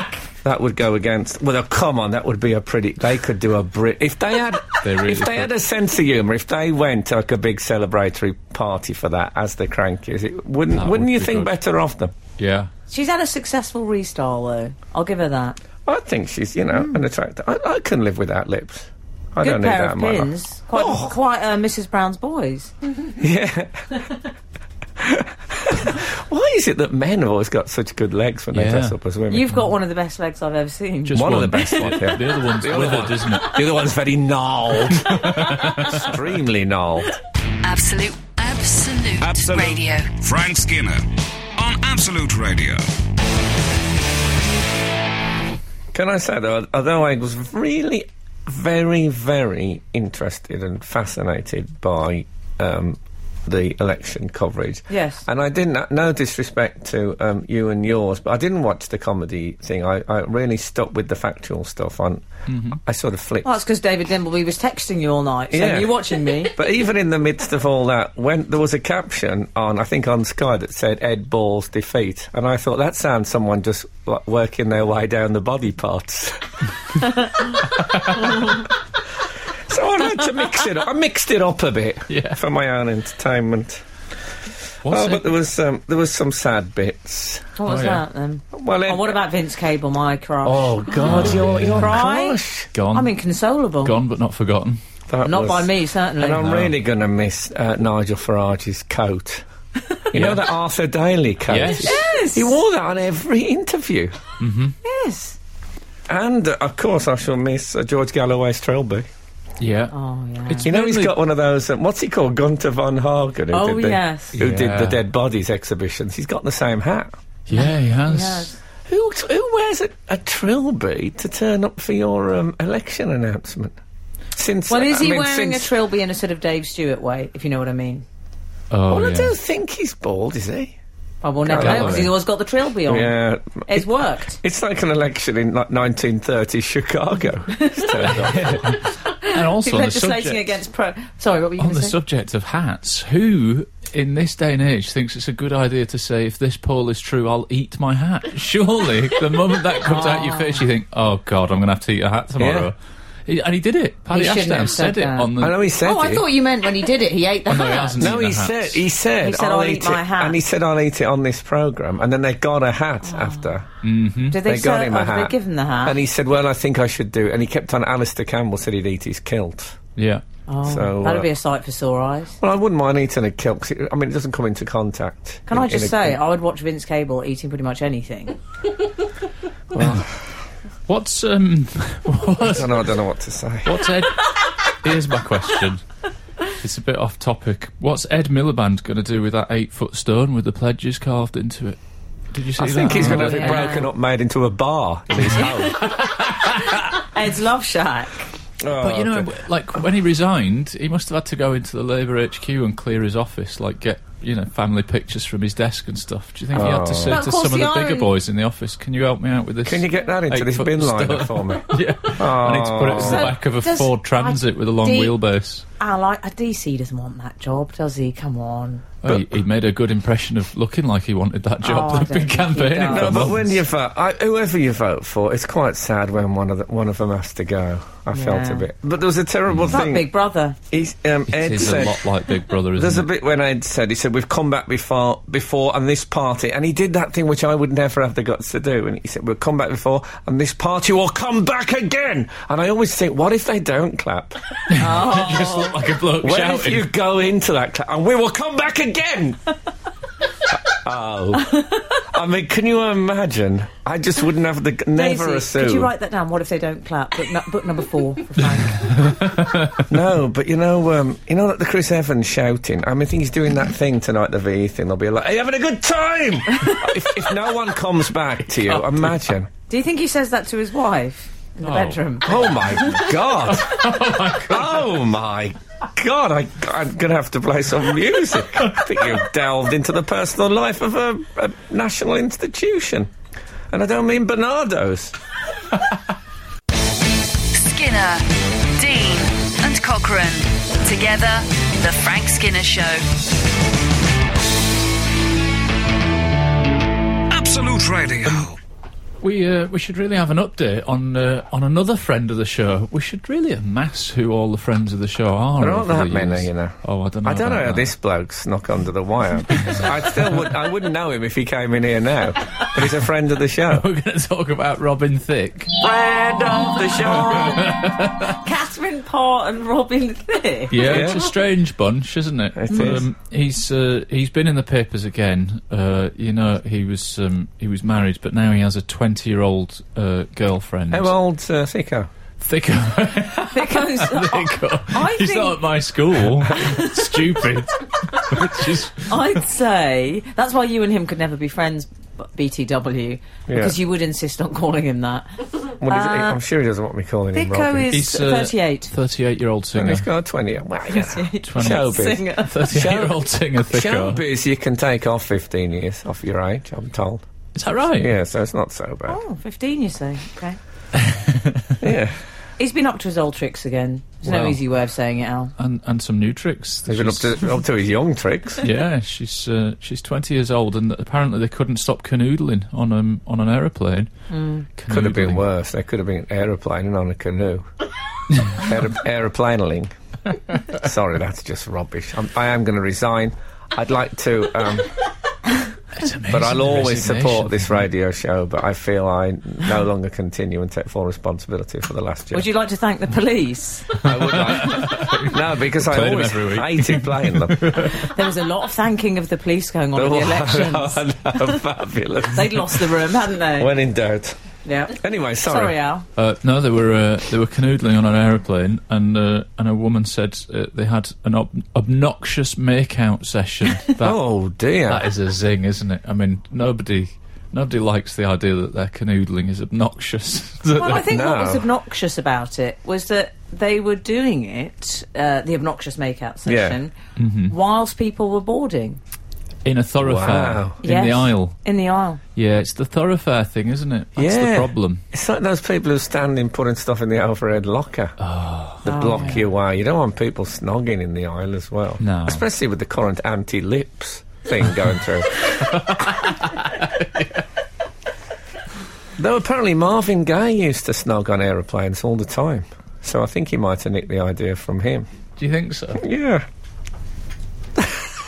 S3: that would go against. Well, come on, that would be a pretty. They could do a Brit if they
S4: (laughs)
S3: had
S4: They really
S3: if they had a sense of humour. If they went to like a big celebratory party for that as the crankies, it wouldn't
S4: That
S3: wouldn't
S4: would
S3: you
S4: be
S3: think
S4: good.
S3: better of them?
S4: Yeah.
S5: She's had a successful restyle, though. I'll give her that.
S3: I think she's, you know,
S4: Hmm.
S3: an attractive. I, I can live without lips. I
S5: Good
S3: don't need
S5: pair
S3: that
S5: of
S3: in my life.
S5: pins. Quite, quite uh, Mrs. Brown's boys.
S3: (laughs)
S4: (laughs)
S3: Yeah. Why is it that men have always got such good legs when they
S4: Yeah.
S3: dress up as women?
S5: You've got one of the best legs I've ever seen.
S4: Just
S3: One of the
S4: one.
S3: best ones, yeah.
S4: The other one's withered, isn't it?
S3: the other one's very
S4: (laughs)
S3: gnarled. Extremely gnarled.
S1: Absolute, absolute,
S6: Absolute.
S1: radio.
S6: Frank Skinner on Absolute Radio.
S3: Can I say, though, although I was really very, very interested and fascinated by um, the election coverage.
S5: Yes.
S3: And I didn't, uh, no disrespect to um, you and yours, but I didn't watch the comedy thing. I, I really stuck with the factual stuff. On, I sort of flipped.
S5: Well, that's because David Dimbleby was texting you all night, saying,
S3: Yeah.
S5: You're watching me.
S3: But even in the midst of all that, when there was a caption on, I think on Sky that said Ed Ball's defeat, and I thought that sounds someone just like, working their way down the body parts. (laughs) so I had to mix it. up. I mixed it up a bit
S4: Yeah.
S3: for my own entertainment.
S4: What's
S3: oh,
S4: it?
S3: but there was um, there was some sad bits.
S5: What was
S4: Oh, yeah.
S5: that then?
S3: Well,
S5: Oh,
S3: Ed-
S5: what about Vince Cable, my crush?
S3: Oh God, you're you're
S5: Cry?
S3: crush.
S4: Gone.
S5: I'm inconsolable.
S4: Gone but not forgotten.
S3: That was-
S5: Not by me, certainly.
S3: And I'm really going to miss uh, Nigel Farage's coat. You know that Arthur Daly coat?
S4: Yes.
S5: Yes.
S3: He wore that on every interview.
S5: Yes.
S3: And, uh, of course, I shall miss uh, George Galloway's Trilby.
S4: Yeah.
S5: Oh yeah.
S4: It's
S3: You know, he's
S4: mainly-
S3: got one of those. Um, what's he called? Gunter von Hagen, who,
S5: Oh,
S3: did, the,
S5: yes.
S3: who did the
S4: Yeah.
S3: Dead Bodies exhibitions. He's got the same hat.
S4: Yeah, he has.
S5: Yes.
S3: Who, who wears a, a trilby to turn up for your um, election announcement? Since
S5: Well, is
S3: I
S5: he
S3: mean,
S5: wearing
S3: since-
S5: a trilby in a sort of Dave Stewart way, if you know what I mean?
S4: Oh,
S3: Well, I
S4: yeah.
S3: don't think he's bald, is he?
S5: I will never
S3: Can't
S5: know because
S4: believe.
S5: he's always got the trilby on.
S3: Yeah,
S5: It's worked.
S3: it's like an election in like 1930s Chicago.
S4: (laughs)
S3: It's turned up.
S4: And also on the subject,
S5: legislating against pro. Sorry, what were you
S4: on
S5: going
S4: the
S5: to say?
S4: subject of hats, who in this day and age thinks it's a good idea to say, if this poll is true, I'll eat my hat? (laughs) Surely, the moment that comes out your face, you think, oh, God, I'm going to have to eat a hat tomorrow. He- and he did it. Paddy
S5: shouldn't
S4: Ashton
S5: have
S4: said
S5: said
S4: it
S5: that.
S4: on the.
S3: I know he said.
S5: Oh, I
S3: it.
S5: thought you meant when he did it, he ate the
S4: no, he
S5: hat.
S4: hasn't.
S3: No,
S4: eaten
S3: he
S4: a hat.
S3: said, he said,
S5: He said, "I'll eat my
S3: it,"
S5: hat.
S3: and he said, "I'll eat it on this program." And then they got a hat after.
S5: Did they,
S3: They got
S5: sell-
S3: him
S5: oh,
S3: a
S5: did
S3: hat.
S5: They give him the hat.
S3: And he said, "Well, I think I should do." it." And he kept on. Alistair Campbell said he'd eat his kilt.
S4: Yeah.
S5: oh,
S3: so,
S5: that'd
S3: uh,
S5: be a sight for sore eyes.
S3: Well, I wouldn't mind eating a kilt. 'cause it- I mean, it doesn't come into contact.
S5: Can
S3: in-
S5: I
S3: in
S5: just
S3: a-
S5: say, I would watch Vince Cable eating pretty much anything.
S4: What's. um?
S3: I don't know. I don't know what to say.
S4: What's Ed? Here's my question. It's a bit off topic. What's Ed Miliband going to do with that eight foot stone with the pledges carved into it? Did you see
S3: I
S4: that?
S3: think he's going to
S5: Oh,
S3: be
S5: yeah.
S3: broken up, made into a bar in his (laughs) home.
S5: (laughs) Ed's Love Shack.
S4: But
S3: Oh,
S4: you know, like when he resigned, he must have had to go into the Labour HQ and clear his office, like get you know family pictures from his desk and stuff. Do you think he had to say
S5: But of
S4: to
S5: course
S4: some of the
S5: the
S4: bigger
S5: iron-
S4: boys in the office, "Can you help me out with this?
S3: Oh. Can you get that into this
S4: eight-foot
S3: bin liner
S4: stone?"
S3: for me?
S4: (laughs) yeah, I need to put it in the
S5: So
S4: back of a
S5: does-
S4: Ford Transit with a long
S5: Do you-
S4: wheelbase.
S5: I like. uh, DC doesn't want that job, does he? Come on.
S4: Oh, he, he made a good impression of looking like he wanted that job.
S5: Oh, I
S4: They've been
S5: don't think he
S4: campaigning
S5: does.
S3: No, (laughs)
S4: for
S3: but when
S4: months.
S3: you vote, I, whoever you vote for, it's quite sad when one of the, one of them has to go. I felt
S5: Yeah.
S3: a bit, but there was a terrible
S5: That
S3: thing.
S5: Big Brother.
S3: He's, um,
S4: It
S3: Ed
S4: is
S3: said,
S4: a lot like Big Brother, isn't
S3: There's
S4: it?
S3: a bit when Ed said, he said, we've come back before, before and this party, and he did that thing which I would never have the guts to do, and he said, we'll come back before, and this party will come back again! And I always think, what if they don't clap?
S4: You just look (laughs) like a bloke
S3: What if
S4: shouting.
S3: you go into that clap, and we will come back
S5: (laughs)
S3: again? oh. I mean, can you imagine? I just wouldn't have the, g- never
S5: Daisy,
S3: assume.
S5: Could you write that down? What if they don't clap? Book, nu- book
S3: (laughs)
S5: number four. For Frank.
S3: No, but you know, um, you know that the Chris Evans shouting. I mean, I think he's doing that thing tonight, the VE thing. They'll be like, "Are you having a good time?" if, if no one comes back to you, imagine.
S5: Do you think he says that to his wife in the
S4: Oh.
S5: bedroom?
S3: Oh my god! oh my god! I, I'm gonna have to play some music. I think you've delved into the personal life of a, a national institution, and I don't mean Bernardo's.
S1: Skinner, Dean, and Cochrane. Together, The Frank Skinner Show.
S6: Absolute Radio.
S4: we uh, we should really have an update on uh, on another friend of the show. We should really amass who all the friends of the show are.
S3: There aren't
S4: over the
S3: that many,
S4: years.
S3: you know.
S4: Oh, I don't know.
S3: I don't
S4: about
S3: know how
S4: that.
S3: this bloke snuck under the wire. I still would, I wouldn't know him if he came in here now. But he's a friend of the show.
S4: (laughs) We're going to talk about Robin Thicke.
S3: friend of the show.
S5: Catherine Parr and Robin
S3: (laughs)
S5: Thicke.
S4: Yeah,
S3: Yeah.
S4: it's a strange bunch, isn't it?
S3: It is.
S4: he's uh, he's been in the papers again. Uh, you know, he was um, he was married, but now he has a twenty year old uh, girlfriend.
S3: How old's uh, Sicko?
S4: (laughs) Thicke.
S3: (laughs)
S5: Because I
S4: He's
S5: think-
S4: not at my school. Stupid. (laughs) Which is
S5: I'd say that's why you and him could never be friends, but BTW, because
S3: Yeah.
S5: you would insist on calling him that.
S3: Well, he's- I'm sure he doesn't want me calling him
S5: Thicko
S3: Robin.
S5: Uh, is
S4: He's, uh,
S5: 38.
S4: year old
S3: and
S4: singer.
S3: he's got a 20. Well, you know, (laughs) showbiz.
S5: Singer.
S4: 38 year old singer Thicke.
S3: Showbiz, you can take off 15 years off your age, I'm told.
S4: Is that right?
S3: Yeah, so it's not so bad.
S5: Oh, 15, you say. Okay.
S3: Yeah.
S5: He's been up to his old tricks again. There's
S4: Wow.
S5: no easy way of saying it, Al.
S4: And and some new tricks.
S3: He's been up to, up to his young
S5: (laughs)
S3: tricks.
S4: (laughs) yeah, she's uh, she's twenty years old, and apparently they couldn't stop canoodling on um, on an aeroplane.
S5: Hmm.
S3: Could have been
S4: Canoodling.
S3: worse. There could have been an aeroplane and on a
S5: (laughs)
S3: canoe. Aer- aeroplaneling. Sorry, that's just rubbish. I'm, I am going to resign. I'd like to. Um,
S4: It's amazing.
S3: But I'll
S4: the
S3: always
S4: resignation.
S3: support this radio show, but I feel I no longer continue and take full responsibility for the last year.
S5: Would you like to thank
S3: (laughs)
S5: the police?
S3: I would like. (laughs) no, because I
S4: Played 'em
S3: always
S4: every week.
S3: hated playing them. Oh,
S5: there was a lot of thanking of the police going on in
S3: (laughs)
S5: the elections.
S3: fabulous.
S5: They'd lost the room, hadn't they?
S3: When in doubt.
S5: yeah.
S3: Anyway, sorry. (laughs)
S5: Sorry, Al.
S4: Uh, no, they were uh, they were canoodling on an aeroplane, and uh, and a woman said uh, they had an ob- obnoxious makeout session.
S5: (laughs)
S4: That,
S3: Oh dear.
S4: that is a zing, isn't it? I mean, nobody nobody likes the idea that their canoodling is obnoxious. (laughs) That
S5: Well, I think what
S3: No.
S5: was obnoxious about it was that they were doing it, uh, the obnoxious makeout
S3: Yeah. Mm-hmm.
S5: session, whilst people were boarding.
S4: they're in a thoroughfare
S3: Wow.
S4: in the
S5: Yes.
S4: aisle.
S5: In the aisle.
S4: Yeah, it's the thoroughfare thing, isn't it? That's the
S3: Yeah.
S4: problem.
S3: It's like those people who stand in putting stuff in the overhead locker.
S4: Oh.
S5: Oh,
S3: That block your way. You don't want people snogging in the aisle as well.
S4: No.
S3: Especially with the current anti lips thing going
S4: (laughs)
S3: through. Though apparently Marvin Gaye used to snog on aeroplanes all the time. So I think he might have nicked the idea from him.
S4: Do you think so?
S3: Yeah.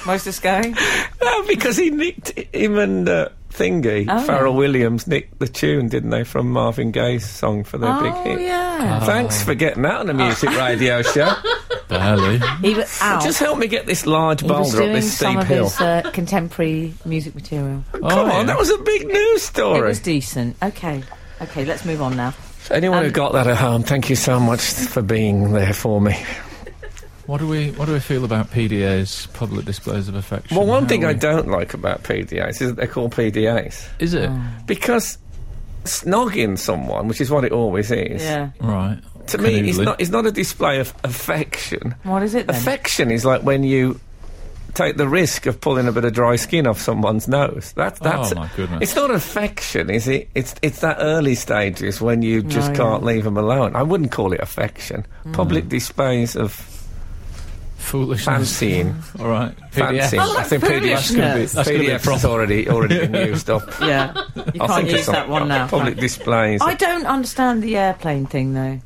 S5: Where's this going?
S3: No, Ah, because he nicked him and uh, Thingy,
S5: Oh.
S3: Pharrell Williams nicked the tune, didn't they, from Marvin Gaye's song for their big
S5: oh,
S3: hit.
S5: yeah.
S3: Thanks for getting out on the
S5: (laughs)
S3: music radio show.
S4: Barely.
S5: He was out.
S3: Just help me get this large
S5: Oh. he was
S3: boulder up
S5: doing
S3: this
S5: some
S3: steep
S5: of
S3: hill.
S5: his uh, contemporary music material.
S3: Come on, that was a big news
S5: It
S3: story.
S5: was decent. Okay. Okay, let's move on now.
S3: Anyone who
S5: um,
S3: got that at home, thank you so much for being there for me.
S4: What do we What do we feel about PDAs, public displays of affection?
S3: Well, one
S4: How
S3: thing
S4: are
S3: I
S4: we-
S3: don't like about PDAs is that they're called PDAs.
S4: is it
S5: Oh.
S3: Because snogging someone, which is what it always is,
S5: Yeah.
S4: right
S3: to me, it's
S4: Canoodling.
S3: not, it's not a display of affection.
S5: What is it then?
S3: Affection is like when you take the risk of pulling a bit of dry skin off someone's nose.
S5: Oh,
S3: That's that's
S4: my goodness.
S3: It's not affection, is it? It's it's that early stages when you just
S5: yeah.
S3: can't leave them alone. I wouldn't call it affection.
S5: Mm.
S3: Public displays of
S4: foolishness.
S3: fancying,
S4: All right, PDF.
S3: fancying. I think
S5: foolishness.
S3: PDF
S4: That's gonna be a
S3: PDF has already already
S5: (laughs)
S3: been used up. (laughs)
S5: Yeah. You
S3: I
S5: can't
S3: think
S5: use
S3: it's on-
S5: that one now.
S3: Public displays.
S5: I don't understand the airplane thing, though.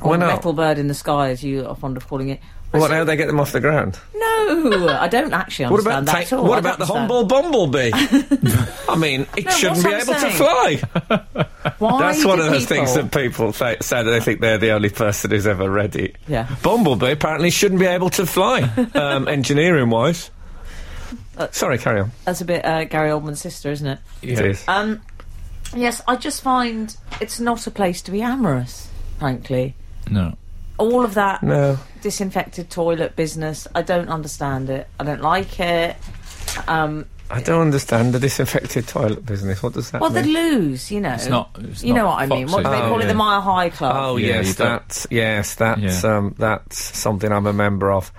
S5: Or
S3: Why
S5: the
S3: not?
S5: metal bird in the sky, as you are fond of calling it. I
S3: What?
S5: said-
S3: How they get them off the ground?
S5: No, I don't actually
S3: What
S5: understand
S3: about
S5: that
S3: ta-
S5: at all.
S3: what
S5: I
S3: about the
S5: don't
S3: humble
S5: (laughs)
S3: bumblebee? I mean, it
S5: No,
S3: shouldn't
S5: what
S3: be
S5: I'm
S3: able
S5: saying-
S3: to fly.
S5: understand. Why
S3: That's
S5: do
S3: one of those things
S5: people-
S3: that people say, say that they think they're the only person who's ever read it.
S5: Yeah.
S3: Bumblebee apparently shouldn't be able to
S5: (laughs)
S3: fly, um, engineering wise.
S5: Uh,
S3: Sorry, carry on.
S5: That's a bit uh, Gary Oldman's sister, isn't it?
S3: It
S4: Yeah.
S3: is.
S5: Um, yes, I just find it's not a place to be amorous, frankly.
S4: No.
S5: All of that
S3: no.
S5: disinfected toilet business, I don't understand it. I don't like it. Um,
S3: I don't understand the disinfected toilet business. What does that
S5: well, the
S3: mean?
S5: lose, you know.
S4: It's not- it's
S5: you know
S4: not
S5: what I mean? What do they
S4: foxy.
S5: call it?
S3: Oh,
S5: The
S4: yeah.
S5: Mile High Club.
S3: Oh
S4: Yeah, you
S3: yes,
S4: don't-
S3: that's yes, that's
S4: Yeah.
S3: um, that's something I'm a member of.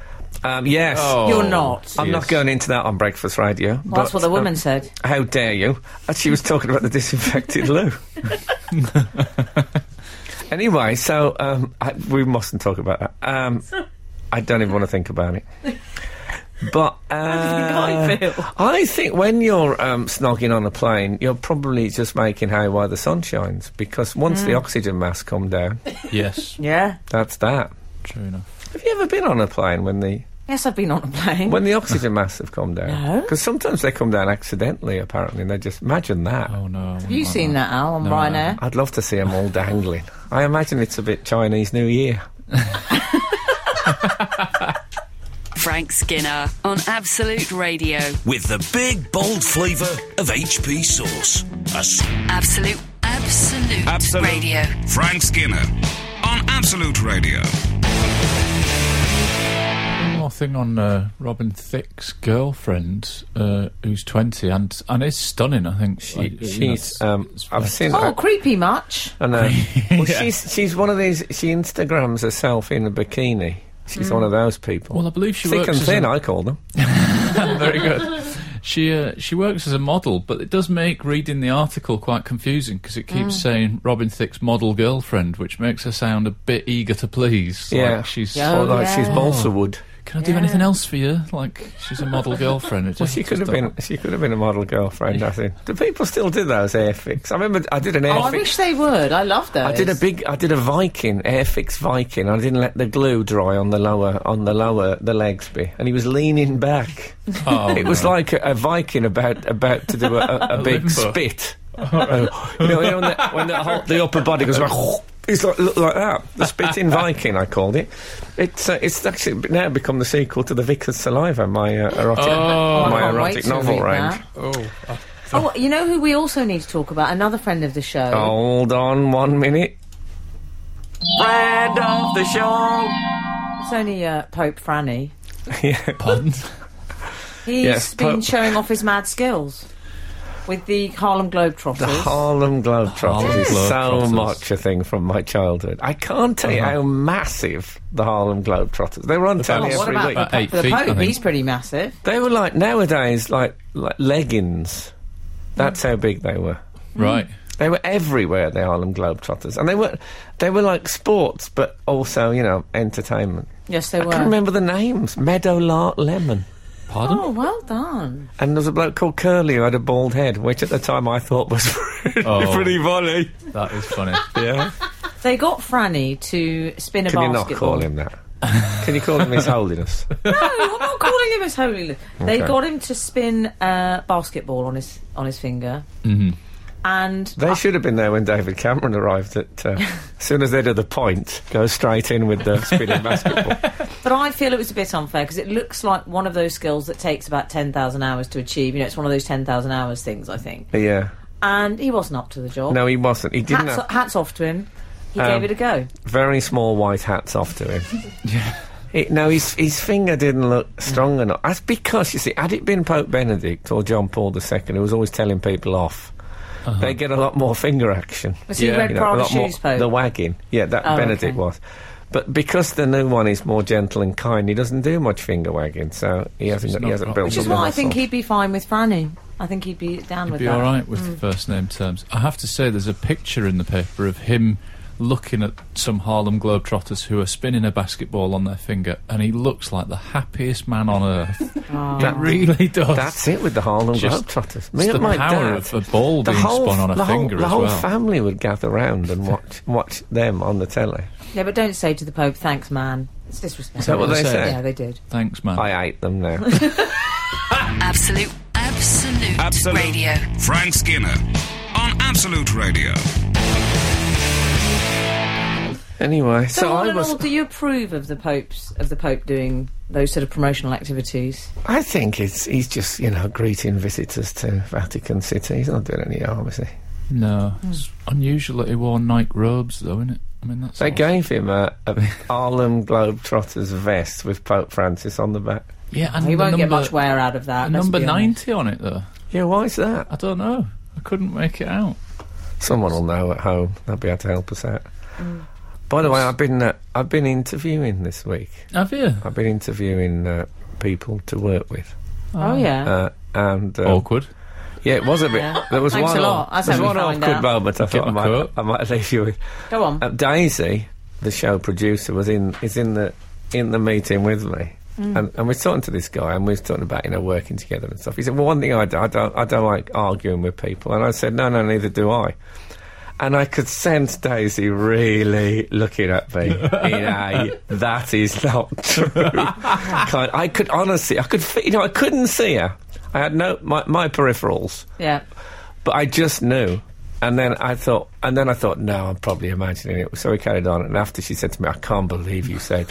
S3: Um, yes,
S4: Oh,
S5: You're not.
S3: I'm not
S4: yes.
S3: going into that on breakfast radio.
S5: Well, that's
S3: but,
S5: what the
S3: um,
S5: woman said.
S3: How dare you? And she was talking about the disinfected loo. anyway, so um, I, we mustn't talk about that. Um, I don't even want to think about it. But uh,
S5: (laughs) I feel?
S3: I think when you're um, snogging on a plane, you're probably just making hay while the sun shines because once the oxygen masks come down,
S4: Yes.
S5: Yeah.
S3: that's that.
S4: True enough.
S3: Have you ever been on a plane when the
S5: Yes, I've been on a plane.
S3: when the oxygen masks have come down?
S5: No.
S3: Because sometimes they come down accidentally, apparently, and they just imagine that.
S4: Oh no. I wouldn't
S5: Have you
S4: like
S5: seen that, Al, on
S4: No, I
S5: Ryanair?
S3: I'd love to see them all dangling. I imagine it's a bit Chinese New Year.
S1: Frank Skinner on Absolute Radio.
S2: with the big bold flavour of HP sauce. A s-
S1: Absolute, Absolute,
S6: Absolute.
S1: Radio.
S6: Frank Skinner on Absolute Radio.
S4: One more thing on uh, Robin Thicke's girlfriend, uh, who's twenty and and is stunning. I think
S3: She- she's. Um, I've seen.
S5: Oh,
S3: I,
S5: creepy much.
S3: I
S4: (laughs)
S3: know. Well, she's she's one of these. She Instagrams herself in a bikini. She's
S5: Mm.
S3: one of those people.
S4: Well, I believe she
S3: thick
S4: works
S3: and
S4: as a- (laughs)
S3: thin. I call them.
S4: very good. She uh, she works as a model, but it does make reading the article quite confusing because it keeps saying Robin Thicke's model girlfriend, which makes her sound a bit eager to please.
S3: Yeah.
S4: like she's
S5: Yeah. Oh,
S3: or like she's
S5: yeah.
S3: balsa wood.
S4: Can I do
S5: Yeah.
S4: anything else for you? Like she's a model girlfriend.
S3: (laughs)
S4: It
S3: Well,
S4: just-
S3: she could
S4: just
S3: have
S4: don't-
S3: been. She could have been a model girlfriend. I think. Do people still do those airfix? I remember I did an
S5: Oh, I
S3: airfix.
S5: wish they would. I love those.
S3: I did a big. I did a Viking airfix Viking. I didn't let the glue dry on the lower on the lower the legs be, and he was leaning back.
S4: Oh,
S3: It was
S4: no.
S3: like a, a Viking about about to do a, a, a big
S4: limber.
S3: spit. Uh, you know, you know, when, the, when the, whole, the upper body goes like, (laughs) it's like look like that. The spitting Viking, I called it. It's uh, it's actually now become the sequel to the Vicar's Saliva, my uh, erotic
S4: Oh.
S3: my
S5: I can't wait
S3: erotic
S5: to
S3: novel
S5: read
S3: range.
S5: that.
S4: uh,
S5: Oh, you know who we also need to talk about? Another friend of the show.
S3: Hold on one minute. Friend of the show.
S5: It's only uh, Pope Franny.
S3: yeah. (laughs)
S4: Pardon?
S5: He's
S3: Yes,
S5: been
S3: Pope-
S5: showing off his mad skills with the Harlem
S3: The
S5: Globetrotters.
S3: Harlem
S4: Harlem
S3: Globetrotters is so
S4: Globetrotters.
S3: much a thing from my childhood. I can't tell you
S4: Uh-huh.
S3: how massive the Harlem Globetrotters. They were on
S5: Oh,
S3: telly
S5: what
S3: every
S5: about
S3: week.
S5: the,
S4: About eight
S5: the
S4: feet, I
S5: Pope?
S4: think.
S5: He's pretty massive.
S3: They were like nowadays, like like leggings. That's how big they were.
S4: Right.
S3: They were everywhere. The Harlem Globetrotters, and they were they were like sports, but also you know entertainment.
S5: Yes, they
S3: I
S5: were.
S3: can remember the names: Meadowlark Lemon,
S4: Pardon?
S5: Oh, well done.
S3: and there was a bloke called Curly who had a bald head, which at the time I thought was (laughs) pretty,
S4: Oh.
S3: pretty volley.
S4: That is funny.
S3: Yeah,
S5: They got Franny to spin a
S3: can you not
S5: basketball.
S3: call him that? Can you call him
S5: (laughs)
S3: His Holiness?
S5: No, I'm not calling him his holy.
S3: (laughs)
S5: They
S3: Okay.
S5: got him to spin a basketball on his on his finger,
S3: Mm-hmm.
S5: and
S3: They should have been there when David Cameron arrived. At uh, as soon as they did the point, go straight in with the spinning
S5: (laughs)
S3: basketball.
S5: But I feel it was a bit unfair because it looks like one of those skills that takes about 10,000 hours to achieve. You know, it's one of those 10,000 hours things, I think.
S3: Yeah.
S5: And he wasn't up to the job.
S3: No, he wasn't. He didn't
S5: hats,
S3: have
S5: hats off to him. He
S3: Um,
S5: gave it a go.
S3: very small white hats off to him.
S5: (laughs)
S3: It, no, his his finger didn't look strong
S5: Mm.
S3: enough. That's because you see, had it been Pope Benedict or John Paul II, who was always telling people off,
S5: Uh-huh.
S3: they get a lot more finger action.
S5: Was he
S4: yeah,
S5: red
S4: you
S3: You know, a
S5: Prada
S3: lot more-
S5: shoes, Pope?
S3: The wagging, yeah, that
S5: Oh,
S3: Benedict
S5: okay.
S3: was. But because the new one is more gentle and kind, he doesn't do much finger wagging, so he hasn't he
S4: not
S3: hasn't
S4: got-
S3: built.
S5: Which
S3: up
S5: is
S3: the
S5: why I think
S3: muscle.
S5: he'd be fine with Franny. I think he'd be down with
S4: be
S5: that. Mm.
S4: all right with first name terms. I have to say, there's a picture in the paper of him looking at some Harlem Globetrotters who are spinning a basketball on their finger, and he looks like the happiest man on
S5: (laughs)
S4: earth. It really does.
S3: That's it with the Harlem
S4: Just-
S3: Globetrotters.
S4: it's the
S3: my
S4: power
S3: dad,
S4: of a ball being spun on a
S3: the
S4: finger
S3: whole,
S4: as
S3: The whole
S4: well.
S3: family would gather round and watch watch them on the telly.
S5: Yeah, but don't say to the Pope, thanks, man. It's disrespectful.
S3: Is that what they said?
S5: Yeah, they did.
S4: Thanks, man.
S3: I hate them
S5: (laughs)
S3: now.
S1: Absolute, absolute,
S6: Absolute.
S1: radio.
S6: Frank Skinner on Absolute Radio.
S3: anyway, so,
S5: So, all
S3: I
S5: in all,
S3: was.
S5: do you approve of the Pope's of the Pope doing those sort of promotional activities?
S3: I think it's he's just you know greeting visitors to Vatican City. He's not doing any harm, is he?
S4: no,
S5: Mm.
S4: it's unusual that he wore Nike robes, though, isn't it? I mean, that's
S3: They
S4: odd.
S3: gave him a, a Harlem Globetrotters vest with Pope Francis on the back.
S4: Yeah, and
S5: He
S4: the
S5: won't
S4: number,
S5: get much wear out of
S4: the
S5: that. let's
S4: Number
S5: be honest.
S4: ninety on it, though.
S3: Yeah, why is that?
S4: I don't know. I couldn't make it out.
S3: Someone will know at home. They'll be able to help us out. By the way, I've been uh, I've been interviewing this week.
S4: Have you?
S3: I've been interviewing uh, people to work with,
S5: Oh yeah.
S3: uh, and um,
S4: Awkward.
S3: yeah, it was a bit.
S5: Yeah.
S3: There was
S5: Thanks
S3: one.
S5: a lot.
S3: aw-
S5: That's
S3: there was
S5: how we
S3: one
S5: find
S3: awkward
S5: out.
S3: moment. I thought I
S4: my
S3: might,
S4: coat.
S3: I might leave you with.
S5: Go on.
S3: Uh, Daisy, the show producer, was in is in the in the meeting with me. And, and we're talking to this guy, and we're talking about you know working together and stuff. He said, "Well, one thing I do, I don't, I don't like arguing with people." And I said, "No, no, neither do I." And I could sense Daisy really looking at me in a "that is not true" kind. I could honestly, I could, fe- you know, I couldn't see her. I had no my, my peripherals
S5: yeah.
S3: but I just knew. And then I thought, and then I thought, no, I'm probably imagining it. So we carried on, and after she said to me, "I can't believe you
S5: (laughs)
S3: said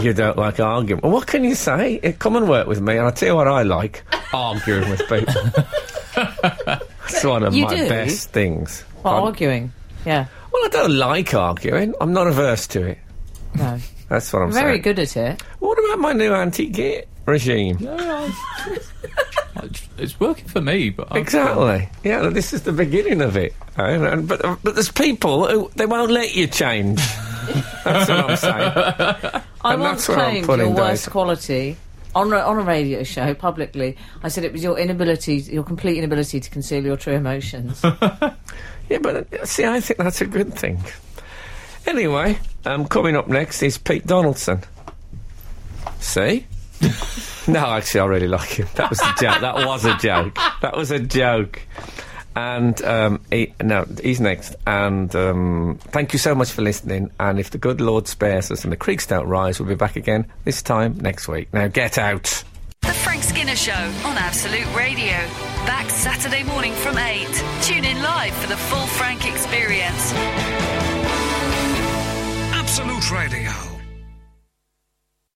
S3: you don't like arguing." Well, what can you say? Eh, Come and work with me, and I'll tell you what I like: arguing with people.
S5: (laughs)
S3: It's one of
S5: You
S3: my
S5: do?
S3: best things.
S5: Well,
S3: Pardon?
S5: arguing. Yeah.
S3: well, I don't like arguing. I'm not averse to it.
S5: No.
S3: That's what I'm
S5: Very
S3: saying.
S5: good at it.
S3: What about my new anti-gay regime?
S4: It's- It's working for me, but I'm-
S3: Exactly. Yeah, look, this is the beginning of it. I don't know, But but there's people who they won't let you change. (laughs) that's what I'm saying.
S5: I
S3: And
S5: once
S3: that's where I'm
S5: claimed your
S3: putting
S5: worst
S3: Dyson.
S5: quality on a, on a radio show publicly. I said it was your inability, your complete inability to conceal your true emotions.
S3: Yeah, but uh, see, I think that's a good thing. Anyway, um, coming up next is Pete Donaldson. See? (laughs) no, actually, I really like him. That was a joke. That was a joke. That was a joke. And um, he, no, he's next. And um, thank you so much for listening. And if the good Lord spares us and the creeks don't rise, we'll be back again this time next week. Now get out.
S1: The Frank Skinner Show on Absolute Radio. Back Saturday morning from 8. Tune in live for the full Frank experience.
S6: Absolute Radio.